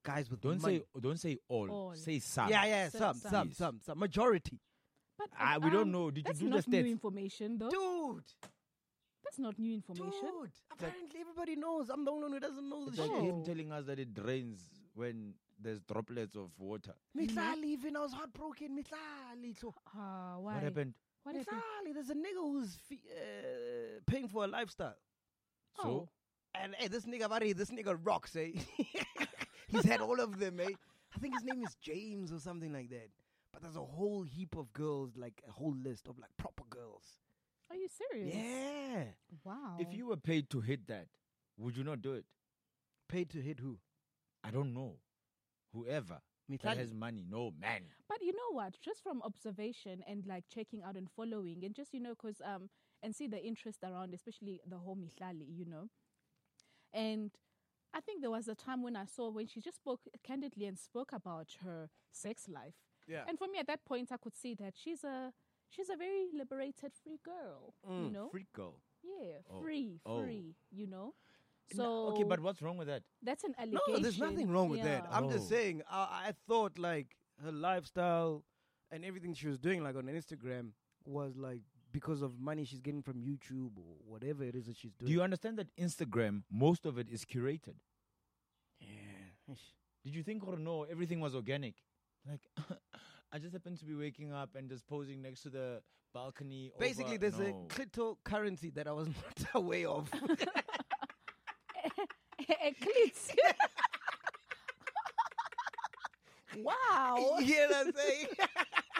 D: guys with
B: Don't
D: money.
B: say ah. don't say all.
C: All.
B: Say some.
D: yeah, yeah,
C: Some,
D: some,
C: some.
D: some,
B: Yes.
D: some, some, majority.
C: But
B: Ah, we don't
C: um,
B: know. Did you
C: that's
B: do the
C: not new
B: stats?
C: information though.
D: Dude,
C: That's not new information.
D: dude. Apparently everybody knows. I'm the only one who doesn't know this
B: It's like
D: shit.
B: him telling us that it drains when there's droplets of water.
C: Mm-hmm.
D: Mitlali, even I was heartbroken. Mitlali, so
C: Ah, why?
B: What happened?
C: What happened?
D: Mitlali, there's a nigga who's fe- uh, paying for a lifestyle,
C: Oh.
B: So
D: and hey, this nigga, buddy, this nigga rocks, eh? He's had all of them, eh? I think his name is James or something like that. But there's a whole heap of girls, like a whole list of like proper girls.
C: Are you serious?
D: Yeah,
C: Wow.
B: if you were paid to hit that, would you not do it?
D: paid to hit who?
B: I don't know. Whoever. that
D: Mitlali.
B: has money. No man.
C: But you know what? Just from observation and like checking out and following, and just you know, cause um, and see the interest around, especially the whole Mihlali, you know. And I think there was a time when I saw when she just spoke candidly and spoke about her sex life.
D: Yeah.
C: And for me, at that point, I could see that she's a she's a very liberated, free girl.
D: Mm,
C: you know.
B: Freak girl.
C: Yeah.
B: Oh.
C: Free.
B: Oh.
C: Free. You know.
B: No,
C: So
B: okay, but what's wrong with that?
C: that's an
D: No,
C: allegation.
D: there's nothing wrong with that.
C: Yeah.
D: I'm just
B: Oh.
D: saying, I, I thought like her lifestyle and everything she was doing, like on Instagram, was like because of money she's getting from YouTube or whatever it is that she's doing.
B: Do you understand that Instagram, most of it is curated?
D: yeah.
B: Did you think or no, everything was organic? Like, I just happened to be waking up and just posing next to the balcony. over-
D: Basically, there's
B: no.
D: a clito currency that I was not aware of.
C: Eclipse. wow.
D: you hear what I'm saying?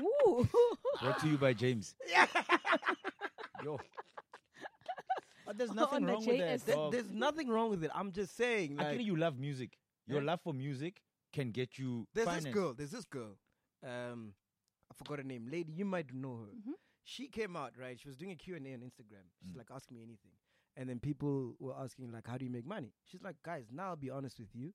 C: Ooh.
B: Brought to you by James. Yo. But there's nothing
C: On the
B: wrong with that.
C: JS.
D: There-
B: dog.
D: there's nothing wrong with it. I'm just saying. Like,
B: Actually, you love music. Your
D: Yeah.
B: love for music can get you.
D: There's
B: finance.
D: this girl. There's this girl. Um, I forgot her name. Lady, you might know her.
C: Mm-hmm.
D: She came out right. She was doing a Q and A on Instagram. She's like, "Ask me anything," and then people were asking like, "How do you make money?" She's like, "Guys, now I'll be honest with you.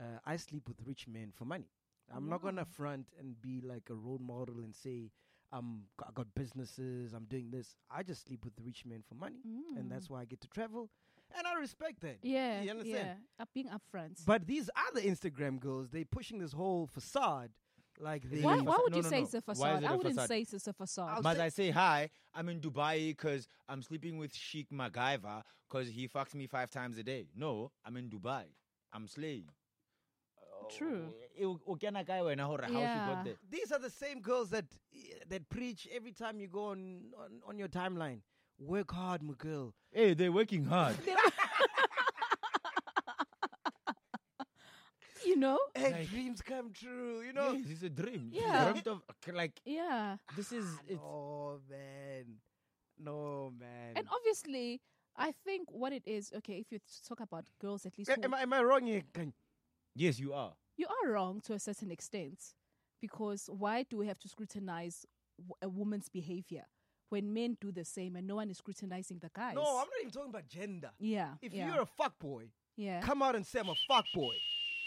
D: Uh, I sleep with rich men for money. I'm not gonna
C: Mm.
D: front and be like a role model and say." I'm, g- I got businesses. I'm doing this. I just sleep with rich men for money, and that's why I get to travel, and I respect that.
C: Mm. Yeah.
D: you understand?
C: Yeah. Up being upfront.
D: But these other Instagram girls, they pushing this whole facade, like they.
C: why,
B: is a
C: why
B: fa-
C: would
B: no,
C: you
B: no,
C: say
B: no.
C: it's a
B: Why is
C: facade?
B: it
C: I
B: a
C: wouldn't
B: facade?
C: say it's a facade.
D: I'll
B: Must
D: say-
B: I say hi? I'm in Dubai because I'm sleeping with Sheikh MacGyver because he fucks me five times a day. No, I'm in Dubai. I'm slaying. Oh, eh,
C: True.
B: Ew, Organic guy when I heard how she
C: Yeah.
B: got there.
D: These are the same girls that that preach every time you go on on, on your timeline. Work hard, my girl.
B: Hey, they're Eh, working hard.
C: You know?
D: Hey,
B: Like-
D: dreams come true. You know.
B: yes, it's a dream. She
C: Yeah.
B: dreamt of- like
C: Yeah.
B: this is it's
D: Oh man, no man.
C: And obviously, I think what it is, okay, if you talk about girls at least,
D: A-
C: who-
D: am, I, am I wrong here? Kanye?
B: yes, you are.
C: you are wrong to a certain extent. Because why do we have to scrutinize w- a woman's behavior when men do the same and no one is scrutinizing the guys?
D: No, I'm not even talking about gender.
C: Yeah.
D: If
C: yeah,
D: you're a fuck boy,
C: yeah.
D: come out and say I'm a fuck boy.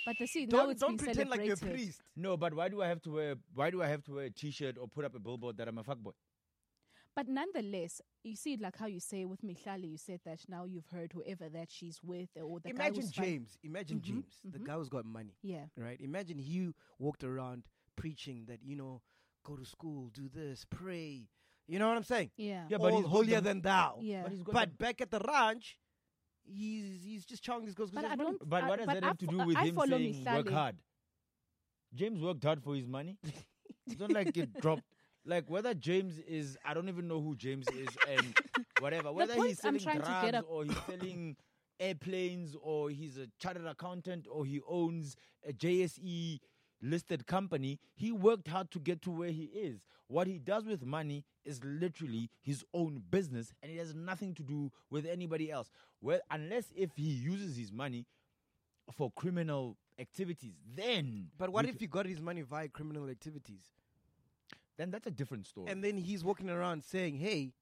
C: But the see, now
D: Don't
C: it's
D: don't
C: been
D: pretend like you're a
C: celebrated.
D: priest.
B: No, but why do I have to wear why do I have to wear a t shirt or put up a billboard that I'm a fuckboy?
C: But nonetheless, you see, like how you say with Mihlali, you said that now you've heard whoever that she's with or the guy Mm-hmm,
D: imagine
C: who's fi-
D: James. Imagine James, the guy who's got money.
C: Yeah.
D: right? Imagine he walked around preaching that you know, go to school, do this, pray. You know what I'm saying?
C: Yeah.
B: Yeah,
D: Yeah,
B: but
D: but
B: he's got
D: holier
B: the-
D: than thou.
C: Yeah. But
D: but,
C: he's
B: got the-
D: back at the ranch, he's he's just chowing these girls. 'cause he
C: But I
D: has money.
C: don't.
B: But
C: I,
B: what does
C: but
B: that
C: I
B: have to
C: fo-
B: do
C: I-
B: with
C: I
B: him
C: follow
B: saying
C: Mihlali.
B: work hard? James worked hard for his money. it's not like it dropped. Like whether James is, I don't even know who James is and whatever. Whether
C: point
B: he's
C: I'm
B: selling
C: trying to get
B: drugs
C: up-
B: or he's selling airplanes or he's a chartered accountant or he owns a JSE listed company, he worked hard to get to where he is. What he does with money is literally his own business and it has nothing to do with anybody else. Well, unless if he uses his money for criminal activities, then
D: But what
B: we
D: if
B: c-
D: he got his money via criminal activities,
B: then that's a different story.
D: and then he's walking around saying, "Hey,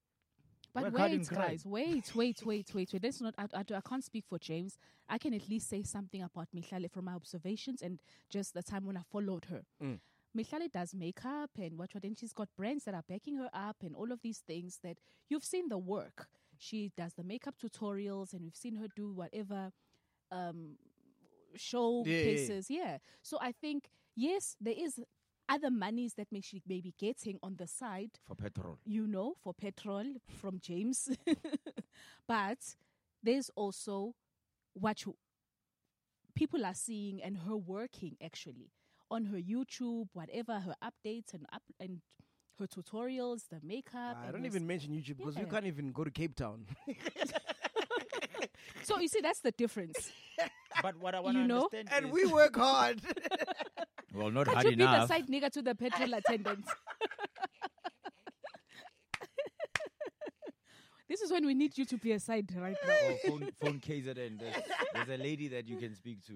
C: But
B: Work hard
C: wait,
B: and cry.
C: guys, wait, wait, wait, wait, wait. Let's not. I, I, do- I can't speak for James. I can at least say something about Mihlale from my observations and just the time when I followed her. Mm. does makeup and what, what, and she's got brands that are backing her up and all of these things that you've seen the work. She does the makeup tutorials, and we've seen her do whatever um, showcases. Yeah, So I think yes, there is other monies that may she may be getting on the side
B: for petrol.
C: you know, for petrol from James. but there's also what you, people are seeing and her working actually on her YouTube, whatever her updates and up and her tutorials, the makeup.
D: I
C: and
D: don't
C: her
D: even mention YouTube because we
C: Uh, Yeah.
D: can't even go to Cape Town."
C: s- So you see, that's the difference.
B: But what I want to
C: You know?
B: understand
D: and
B: is
D: we work hard.
B: well, not
C: But
B: hard
C: you be the
B: enough.
C: side nigger to the petrol attendant. this is is when we need you to be aside right now.
B: or Oh, phone, phone KZN. There's, there's a lady that you can speak to.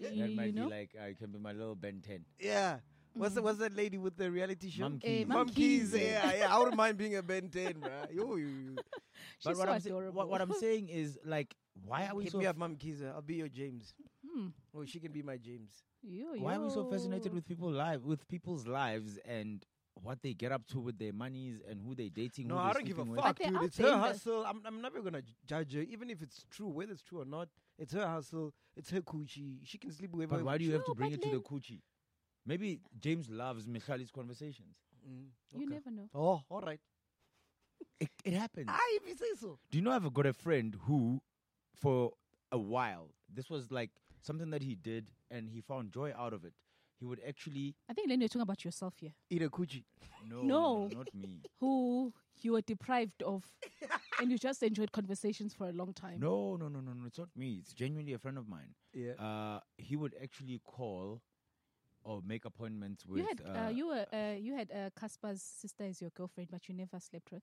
B: That
C: You-
B: might
C: you know?
B: be like, I can be my little Ben 10.
D: Yeah. What's, that, what's that lady with the reality show?
B: Mum
C: Mm-hmm. Eh,
B: Keys.
C: Mum
D: Mum Keys,
C: Keys.
D: yeah, yeah. I wouldn't mind being a Ben 10, bruh. Yo, you, you.
C: She's
B: But what,
C: so
B: I'm say-
C: adorable.
B: what, what I'm saying is, like, why are we
D: Hit
B: so
D: me
B: f-
D: up, Mum Keys. I'll be your James. Oh, she can be my James.
C: Yo,
B: why are we so fascinated
C: yo.
B: with people live with people's lives and what they get up to with their monies and who they dating?
D: No,
B: who they
D: I don't give a
B: sleeping
D: fuck,
C: But they're
D: dude. It's her
C: out there in the-
D: hustle. I'm, I'm never gonna j- judge her, even if it's true, whether it's true or not. It's her hustle. It's her coochie. She can sleep
B: With.
D: whoever.
B: But why do you have to
C: No,
B: bring
C: but
B: it to the
C: then-
B: coochie? Maybe James loves Michali's conversations.
D: Mm,
C: You
D: okay.
C: never know.
D: Oh, all right.
B: It, it happens.
D: Ah, if you say so.
B: Do you know I've got a friend who, for a while, this was like something that he did and he found joy out of it. He would actually
C: I think then you're talking about yourself here,
D: Eat a coochie.
B: no,
C: No.
B: not me.
C: who you were deprived of, and you just enjoyed conversations for a long time.
B: No, no, no, no, no. It's not me. It's genuinely a friend of mine.
D: Yeah.
B: Uh, he would actually call or make appointments with.
C: you had
B: uh,
C: uh, you were uh, you had uh, Casper's sister as your girlfriend, but you never slept with.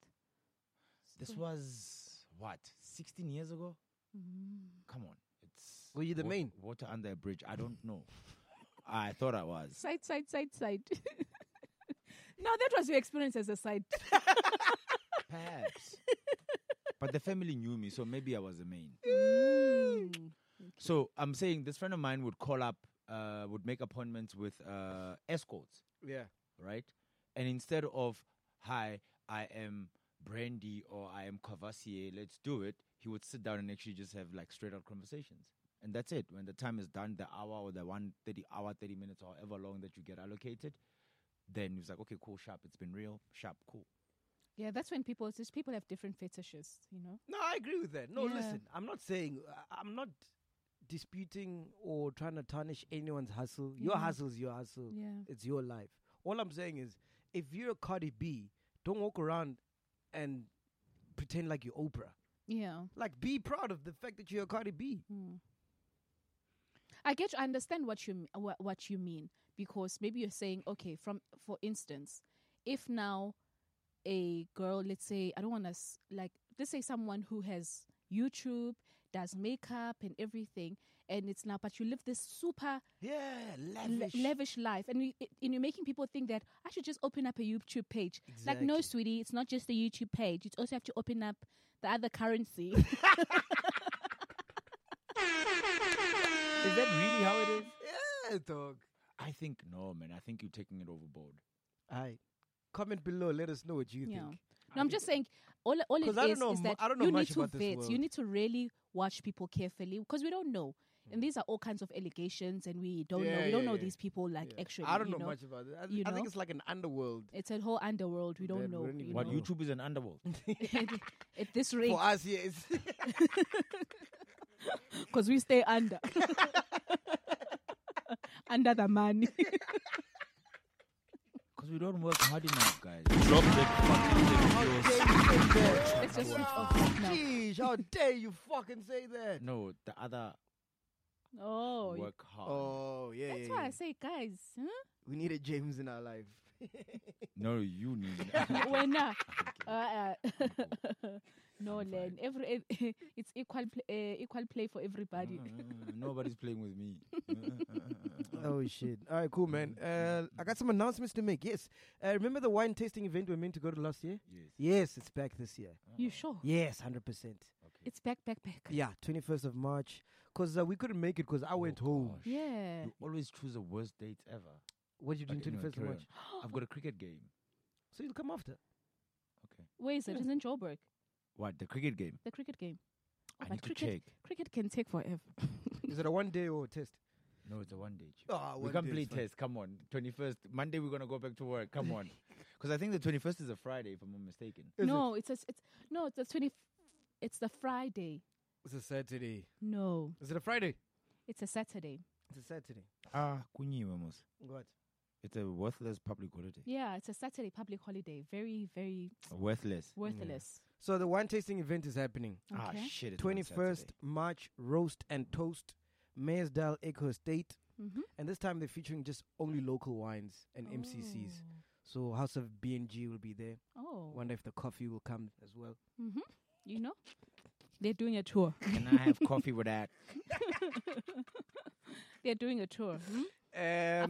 B: This was what 16 years ago.
C: Mm.
B: Come on, it's.
D: Were you the
B: wat-
D: main?
B: Water under a bridge. I don't know. I thought I was.
C: Side, side, side, side. no, that was your experience as a side.
B: Perhaps. but the family knew me, so maybe I was the main.
C: Mm.
B: So I'm saying this friend of mine would call up, uh, would make appointments with uh, escorts,
D: Yeah.
B: right? And instead of, hi, I am Brandy or I am Cavassier, let's do it, he would sit down and actually just have like straight out conversations. And that's it. When the time is done, the hour or the one thirty hour, 30 minutes, or however long that you get allocated, then he's like, okay, cool, sharp, it's been real, sharp, cool.
C: Yeah, that's when people just people have different fetishes, you know.
D: No, I agree with that. No,
C: Yeah.
D: listen, I'm not saying I- I'm not disputing or trying to tarnish anyone's hustle. Your
C: Yeah.
D: hustle's your hustle.
C: Yeah.
D: It's your life. All I'm saying is if you're a Cardi B, don't walk around and pretend like you're Oprah.
C: Yeah.
D: Like be proud of the fact that you're a Cardi B.
C: Hmm. I get. I understand what you m- wha- what you mean because maybe you're saying, okay, from for instance, if now a girl, let's say, I don't want to s- like, let's say someone who has YouTube, does makeup and everything, and it's now, but you live this super
D: Yeah,
C: lavish,
D: lavish.
C: lavish life, and you it- and you're making people think that I should just open up a YouTube page. Like, no,
D: Exactly.
C: sweetie, it's not just the YouTube page. You also have to open up the other currency.
B: Is that really how it is?
D: yeah, dog.
B: I think no, man. I think you're taking it overboard.
D: All right. Comment below. Let us know what you
C: Yeah.
D: think.
C: No, I'm just saying all all it
D: 'Cause I don't
C: is
D: know
C: is
D: mu-
C: that
D: I don't know
C: you
D: much
C: need to
D: about this
C: vet. You
D: world.
C: need to really watch people carefully because we don't know. And these are all kinds of allegations, and we don't know.
D: Yeah,
C: We don't
D: yeah,
C: know
D: yeah.
C: these people like
D: Yeah.
C: actually.
D: I don't
C: you
D: know, much about it. I,
C: you
D: I think
C: know?
D: it's like an underworld.
C: It's a whole underworld. We
D: That
C: don't
D: we
C: know.
D: don't
C: you
D: even
B: But
C: know.
D: No.
B: YouTube is an underworld.
C: At this rate,
D: For us, yes.
C: because we stay under, under the money.
B: Because we don't work hard enough, guys.
C: Let's just switch off right now.
D: Jeez, how dare you fucking say that?
B: No, the other
C: Oh, you-
B: work hard.
D: Oh, yeah.
C: that's
D: yeah,
C: why I
D: yeah.
C: say, guys, hmm? huh?
D: We need a James in our life.
B: No, you need.
C: when uh, uh, no, Len, every it's equal pl- uh, equal play for everybody.
D: Mm-hmm.
B: Nobody's playing with me.
D: oh shit! All right, cool, man. Uh, I got some announcements to make. Yes, uh, remember the wine tasting event we were meant to go to last year?
B: Yes.
D: Yes, it's back this year.
C: You sure?
D: Yes, hundred percent.
C: It's back, back, back.
D: Yeah, twenty first of March. Cause uh, we couldn't make it because I went home.
B: Oh, gosh.
C: Yeah.
B: You always choose the worst date ever.
D: What did you do
B: Okay,
D: twenty
B: anyway,
D: first of
B: carry
D: March?
B: on. I've got a cricket game.
D: So you'll come after.
B: Okay.
C: Where is it? It's in Joburg.
B: What? The cricket game?
C: The cricket game. Oh,
B: I
C: but
B: need to
C: cricket,
B: check.
C: cricket can take forever.
D: Is it a one day or a test?
B: No, it's a one day. trip.
D: Ah,
B: we
D: one
B: can't
D: day
B: play
D: is fine.
B: test. Come on. 21st. Monday, we're going to go back to work. Come on. Because I think the 21st is a Friday, if I'm not mistaken.
C: no, it's a, s- it's no, it's the twenty. It's the Friday.
D: It's a Saturday.
C: No,
D: Is it a Friday?
C: it's a Saturday.
D: It's a Saturday.
B: Ah, kunyiwe mos.
D: What?
B: It's a worthless public holiday.
C: Yeah, it's a Saturday public holiday. Very, very
B: Worthless.
C: worthless.
D: So the wine tasting event is happening.
B: Ah,
C: Okay.
B: shit. it's on
D: Twenty first
B: Saturday.
D: March, roast and toast, Mayersdale Echo Estate,
C: Mm-hmm.
D: and this time they're featuring just only local wines and MCCs. So House of BNG will be there.
C: Oh.
D: Wonder if the coffee will come as well.
C: Mm-hmm. You know, they're doing a tour.
B: Can I have coffee with that?
C: They're doing a tour. hmm?
D: Um,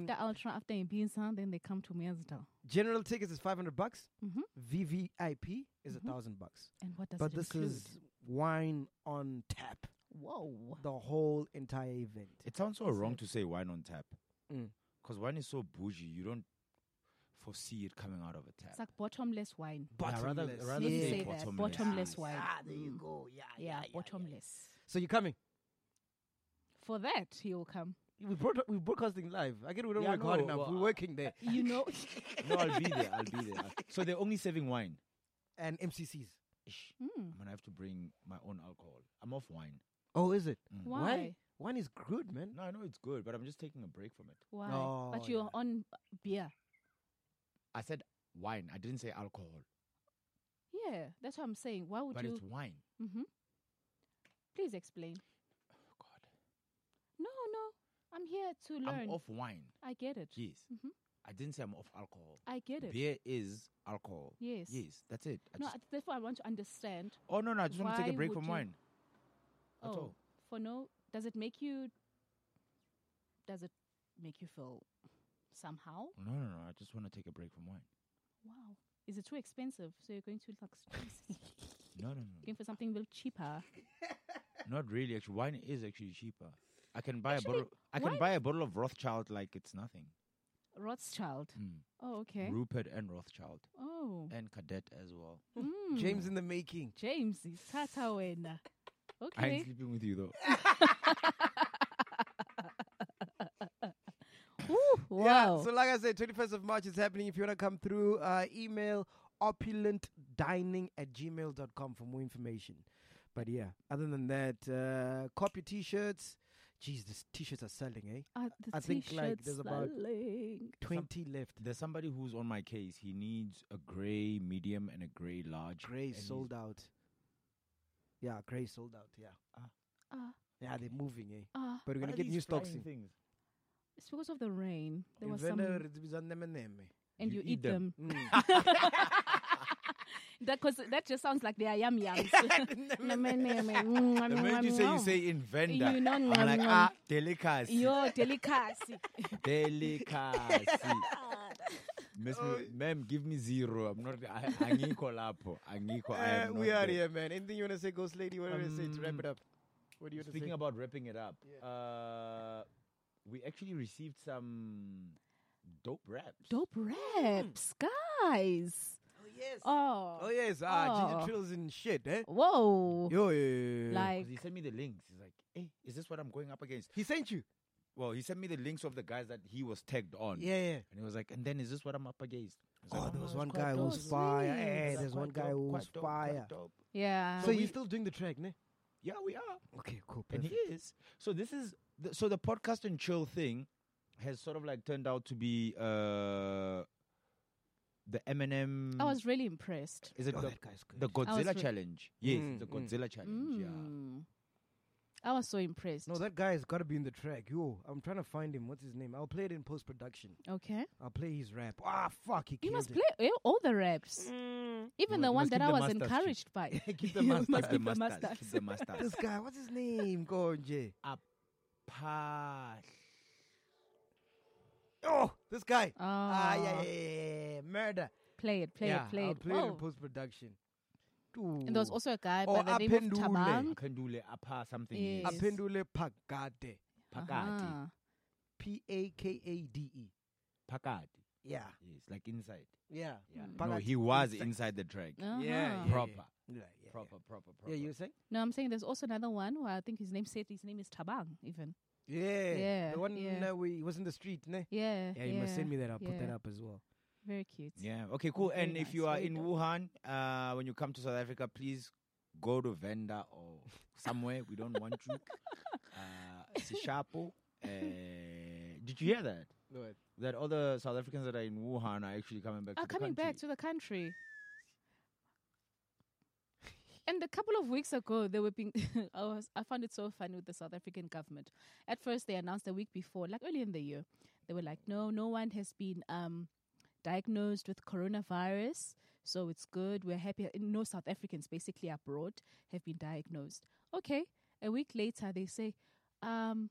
C: after Ultra, after Ibiza, then they come to Meansdale.
D: general tickets is 500 bucks.
C: Mhm.
D: VVIP is a 1,000 bucks.
C: And what does
D: But
C: it
D: this
C: include?
D: is wine on tap.
C: whoa.
D: The whole entire event.
B: It sounds so wrong to say wine on tap.
D: Mm.
B: Because wine is so bougie, you don't foresee it coming out of a tap.
C: It's like bottomless wine.
B: Yeah, rather-
D: Bottomless.
B: rather
C: Let's
B: say
C: say that
B: bottomless.
C: bottomless
B: Ah,
C: wine. Mm.
D: there you go. Yeah,
C: Yeah, bottomless.
D: So you're coming.
C: For that, he will come.
D: We broad- we're broadcasting live. I get we don't
B: Yeah,
D: work hard
B: no,
D: enough.
B: well,
D: we're
B: I-
D: working there.
C: uh, You know,
B: no, I'll be there. I'll be there. So they're only serving wine.
D: And MCCs.
B: Ish.
C: Mm.
B: I'm gonna have to bring my own alcohol. I'm off wine. Mm.
D: Oh, is it?
C: why?
D: Wine is good, man.
B: No, I know it's good, but I'm just taking a break from it.
C: Why?
D: Oh,
C: but you're
D: yeah.
C: on beer.
B: I said wine. I didn't say alcohol,
C: Yeah, that's what I'm saying. Why would
B: but
C: you?
B: it's wine.
C: hmm Please explain.
B: Oh God,
C: No, no. I'm here to learn.
B: I'm off wine.
C: I get it.
B: Yes,
C: Mhm.
B: I didn't say I'm off alcohol.
C: I get it.
B: Beer is alcohol.
C: Yes.
B: Yes, that's it. I
C: No,
B: just-
C: I- therefore I want to understand.
B: oh no, no, I just want to take
C: why
B: a break
C: would
B: from
C: you-
B: wine. That's
C: oh,
B: all.
C: for no, does it make you? Does it make you feel somehow?
B: No, no, no. I just want to take a break from wine.
C: Wow. Is it too expensive? So you're going to like stress-
B: No, no, no.
C: looking for something a little cheaper?
B: Not really. Actually, wine is actually cheaper. I can buy
C: Actually,
B: a bottle. I can
C: wine-
B: buy a bottle of Rothschild like it's nothing.
C: Rothschild.
B: Mm.
C: Oh, okay.
B: Rupert and Rothschild
C: Oh,
B: and Cadet as well.
C: mm.
D: James in the making.
C: James is tata wena.
B: I ain't
C: Okay.
B: sleeping with you though.
C: Ooh, wow.
D: Yeah, so like I said, 21st of March is happening. If you want to come through, uh, email opulentdining at gmail.com for more information. But yeah, other than that, uh, cop your t-shirts. Jeez, these t-shirts are selling, eh?
C: Are Ah, the
D: I think, like,
C: t-shirts
D: there's about-
C: selling?
D: 20 left.
B: There's somebody who's on my case. He needs a gray medium and a gray large.
D: Gray
B: and he's-
D: sold out. Yeah, Gray sold out, yeah.
C: Ah,
D: Yeah, they're moving, eh?
C: ah.
D: But we're
B: What
D: going
B: are
D: to get new
B: these
D: stocks
B: flying
D: in.
B: Things?
C: It's because of the rain. There was some,
D: Inventor
C: and
D: is on them and them, eh?
C: you,
B: You
C: eat,
B: eat
C: them.
B: them.
D: Mm.
C: That because that just sounds like they are yum yums.
D: Eh,
B: The moment you say you say in vendor,
C: You know,
B: I'm
C: nom,
B: like
C: nom.
B: ah delicacy,
C: Your delicacy.
B: delicacy. Miss me, ma'am, give me zero. I'm not. I, angiko lapho. Angiko. I am
D: Uh, we
B: not
D: are
B: there.
D: here, man. Anything you want to say, Ghost Lady? What do you wanna say to wrap it up? What do you want to
B: Speaking
D: say?
B: about wrapping it up, uh, we actually received some dope raps.
C: Dope raps, guys. Oh yes.
D: Mm. Oh yes, ah, Ginger
C: Oh.
D: Trills and shit, eh?
C: Whoa.
D: Yo, yeah, yeah, yeah.
C: like
B: 'Cause he sent me the links. He's like, "Hey, is this what I'm going up against?"
D: he sent you.
B: Well, he sent me the links of the guys that he was tagged on.
D: Yeah, yeah.
B: And he was like, "And then is this what I'm up against?" I was like,
D: Oh, there was
B: it's
D: one
B: quite
D: guy who
B: dope."
D: was fire. Hey,
B: It's
D: there's
B: quite
D: one guy
B: dope,
D: who was
B: quite dope, quite
D: fire.
B: dope.
C: yeah.
D: So you're still doing the track, ne?
B: Yeah, we are.
D: Okay, cool.
B: And he
D: perfect.
B: is. So this is the, so the podcast and chill thing has sort of like turned out to be uh the Eminem.
C: I was really impressed.
B: Is it
D: Oh,
B: the,
D: that guy's good.
B: the Godzilla
C: re-
B: challenge? Yes,
D: Mm,
B: the
D: mm.
B: Godzilla challenge. Yeah.
C: Mm. I was so impressed.
D: no, that guy's got to be in the track. Yo, I'm trying to find him. What's his name? I'll play it in post production.
C: okay.
D: I'll play his rap. Ah, fuck, he
C: You
D: killed
C: must
D: it.
C: play eh, all the raps, even
D: Mm.
B: You
C: the
B: must- you
C: one
B: must
C: that
B: keep
C: I
B: the
C: was
B: masters, chief.
C: encouraged
D: Keep
C: by. You
D: masters.
C: must
B: Keep
C: keep
B: the masters. Keep the
D: This
B: masters.
D: guy, what's his name? Gonje.
B: Apart.
D: Oh, this guy.
C: Oh,
D: Ah, yeah, yeah, yeah, yeah. murder.
C: Play it, play
D: yeah,
C: it, play
D: I'll
C: it.
D: play it in
C: Whoa.
D: post production.
C: and there was also a guy
D: Or
C: by the name of
D: Apendule.
C: Tabang.
B: Akandule apa something.
C: Yes.
B: Yes.
D: Apendule Pagade.
B: Pakati.
C: Uh-huh.
D: P A K A D E.
B: Pakati.
D: Yeah,
B: Yes, like inside.
D: yeah.
B: Yeah. No,
D: Pagade.
B: he was inside the track.
C: Hmm. Uh-huh.
D: Mm. Yeah, yeah.
B: Proper.
D: Yeah, yeah.
B: Proper, proper, proper.
D: Yeah, you were saying?
C: No, I'm saying there's also another one who I think his name said his name is Tabang even.
D: Yeah.
C: Yeah,
D: The one
C: yeah.
D: uh, where he was in the street, ne?
C: Yeah.
D: Yeah, you must send me that. I'll put that
C: yeah.
D: up as well.
C: Very cute.
B: Yeah. Okay, cool.
C: Very
B: and
C: nice,
B: if you are
C: very
B: in
C: dope.
B: Wuhan, uh, when you come to South Africa, please go to Venda or somewhere. we don't want you. Uh, Sishapo. Uh, did you hear that?
D: What?
B: That all the South Africans that are in Wuhan are actually coming back to
C: Are
B: the
C: Ah, coming back
B: country.
C: to the country. And a couple of weeks ago, they were being. I, was, I found it so funny with the South African government. At first, they announced a week before, like early in the year, they were like, "No, no one has been um, diagnosed with coronavirus, So it's good. We're happy. No South Africans basically abroad have been diagnosed. Okay. A week later, they say, um,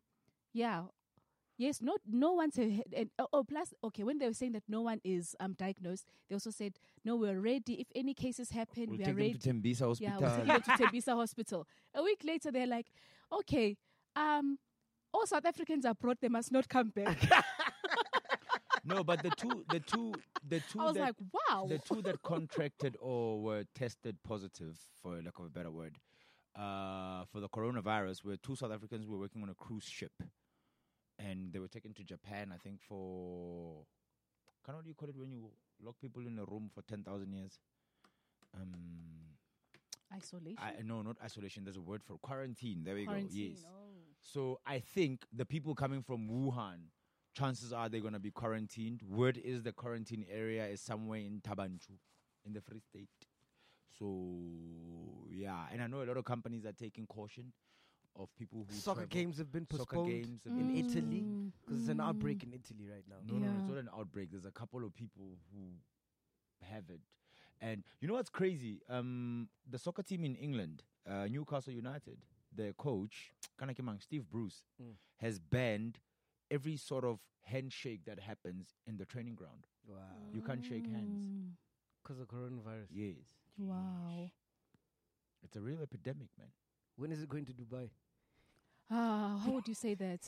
C: yeah, yes, no, no one's. a- had- And, oh, oh, plus, okay, when they were saying that no one is um, diagnosed, they also said, no, we're ready. If any cases happen,
B: We'll
C: we are
B: take
C: ready.
B: them to Tembisa
C: Yeah,
B: Hospital.
C: I was taken to Tembisa Hospital. A week later, they're like, okay, um, all South Africans abroad, they must not come back.
B: no, but the two, the two, the two.
C: I was
B: that,
C: like, wow.
B: the two that contracted or were tested positive, for lack of a better word, uh, for the coronavirus were two South Africans who were working on a cruise ship, and they were taken to Japan, I think, for can what do you call it when you lock people in a room for ten thousand years? Um,
C: Isolation.
B: I, no, not isolation. There's a word for quarantine. There we
C: Quarantine,
B: go. Yes.
C: oh.
B: So I think the people coming from Wuhan, chances are they're gonna be quarantined. Word is the quarantine area is somewhere in Tabanchu, in the Free State. So yeah, and I know a lot of companies are taking caution of people who
D: Soccer
B: travel.
D: games have been
B: Soccer
D: postponed
B: games have
D: in
B: been
D: Italy
C: Mm,
D: because it's an outbreak
C: mm.
D: in Italy right now.
B: No, no, no, it's
C: Yeah.
B: not an outbreak. There's a couple of people who have it. And you know what's crazy? Um, the soccer team in England, uh, Newcastle United, their coach, Kanakimang, Steve Bruce, has banned every sort of handshake that happens in the training ground.
D: Wow,
B: You can't shake hands.
C: Mm,
D: because of coronavirus.
B: Yes.
C: Wow.
B: It's a real epidemic, man.
D: When is it going to Dubai?
C: Ah, how would you say that?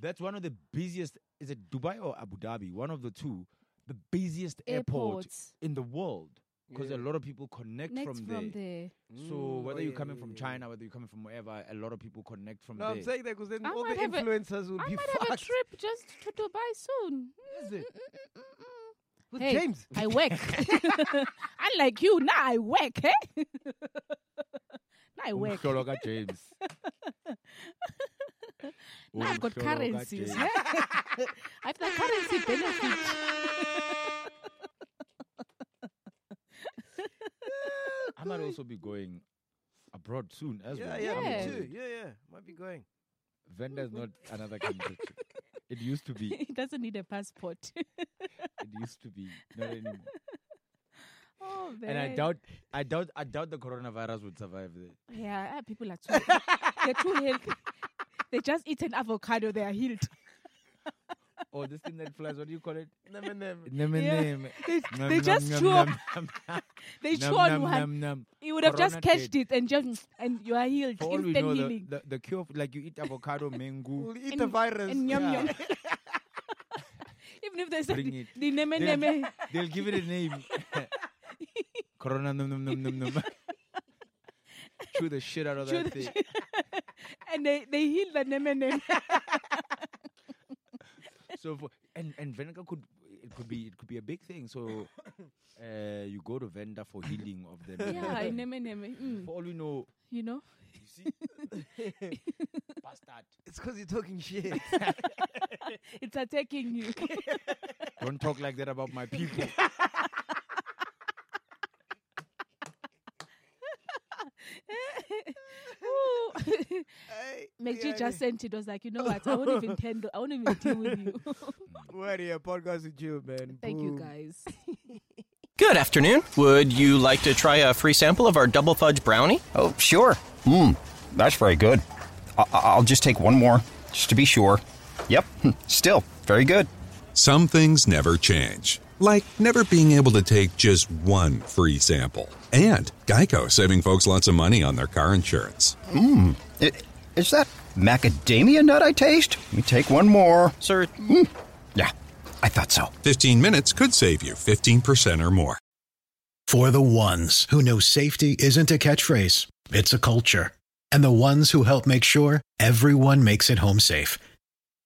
B: That's one of the busiest. Is it Dubai or Abu Dhabi? One of the two. The busiest airport
C: Airports.
B: in the world because
D: Yeah.
B: a lot of people connect
C: Next
B: from
C: from,
B: there.
C: there.
B: So
D: Mm,
B: whether
D: oh,
B: you're
D: yeah,
B: coming
D: yeah,
B: from
D: yeah, yeah.
B: China, whether you're coming from wherever, a lot of people connect from
D: No,
B: there.
D: I'm saying that because then
C: I
D: all the
C: might have a-
D: influencers will
C: I
D: be
C: might
D: fucked.
C: have a trip just to Dubai soon.
D: Is it?
C: Mm-mm-mm-mm-mm.
D: With
C: Hey,
D: James.
C: I work. Unlike you, now I work, hey? now I work.
B: Umhlolo kaJames.
C: Now I've got
B: Umhlolo
C: currencies.
B: kaJames.
C: Yeah? I've the currency benefit.
B: I might also be going abroad soon as
D: yeah,
B: well.
D: yeah,
B: I'm
C: Yeah.
D: me too.
B: worried.
D: Yeah, yeah. Might be going.
B: Venda's not another country. it used to be.
C: He doesn't need a passport.
B: It used to be. Not anymore.
C: oh, man.
B: And I doubt, I doubt, I doubt the coronavirus would survive there.
C: Yeah, ah, people are too. they're too healthy. They just eat an avocado. They are healed.
B: Or Oh, this thing that flies. What do you call it?
D: Never, never.
B: Neme
C: Yeah.
B: neme.
C: They,
B: Nom,
C: they
B: nom,
C: just
B: nom,
C: chew.
B: nom, nom, nom,
C: They chew
B: nom,
C: on
B: nom,
C: one.
B: nom, nom.
C: You would have just
B: Corona
C: catched
B: dead.
C: it and just and you are healed.
B: For all we
C: Instant
B: know, the,
C: healing.
B: the, the cure, f- like you eat avocado, mango.
D: We'll eat the
C: And-
D: virus.
C: and yum
D: Yeah.
C: yum. Even if they said
B: Bring
C: the,
B: it.
C: the neme
B: They'll-
C: neme,
B: They'll give it a name. Corona num num num num num. Chew the shit out of
C: Chew
B: that
C: the
B: thing.
C: and they they heal the neme neme.
B: So for, and and Venga could it could be it could be a big thing. So uh, you go to Venda for healing of the num,
C: yeah,
B: num, num.
C: neme neme. Mm,
B: For all we know,
C: you know.
B: you see, bastard.
D: It's because you're talking shit.
C: It's attacking you.
B: Don't talk like that about my people.
C: Ooh.
D: Hey,
C: McG
D: yeah,
C: just sent it. Was like, you know what? I won't even handle. I won't even deal with you.
D: yeah. We're here, podcast with you, man.
C: Thank you
D: Boom.
C: guys.
H: Good afternoon. Would you like to try a free sample of our double fudge brownie?
I: Oh, sure. Mmm, that's very good. I- I- I'll just take one more, just to be sure. Yep, hmm, still very good.
J: Some things never change, like never being able to take just one free sample. And Geico saving folks lots of money on their car insurance.
I: I- Is that macadamia nut I taste? Let me take one more. Hmm,
H: Sir,
I: Yeah, I thought so.
J: 15 minutes could save you 15% or more.
K: For the ones who know safety isn't a catchphrase, it's a culture. And the ones who help make sure everyone makes it home safe.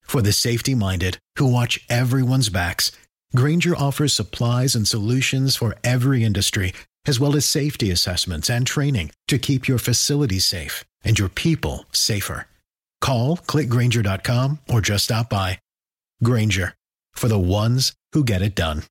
K: For the safety minded who watch everyone's backs, Granger offers supplies and solutions for every industry, as well as safety assessments and training to keep your facilities safe and your people safer. Call clickgranger.com or just stop by. Granger for the ones who get it done.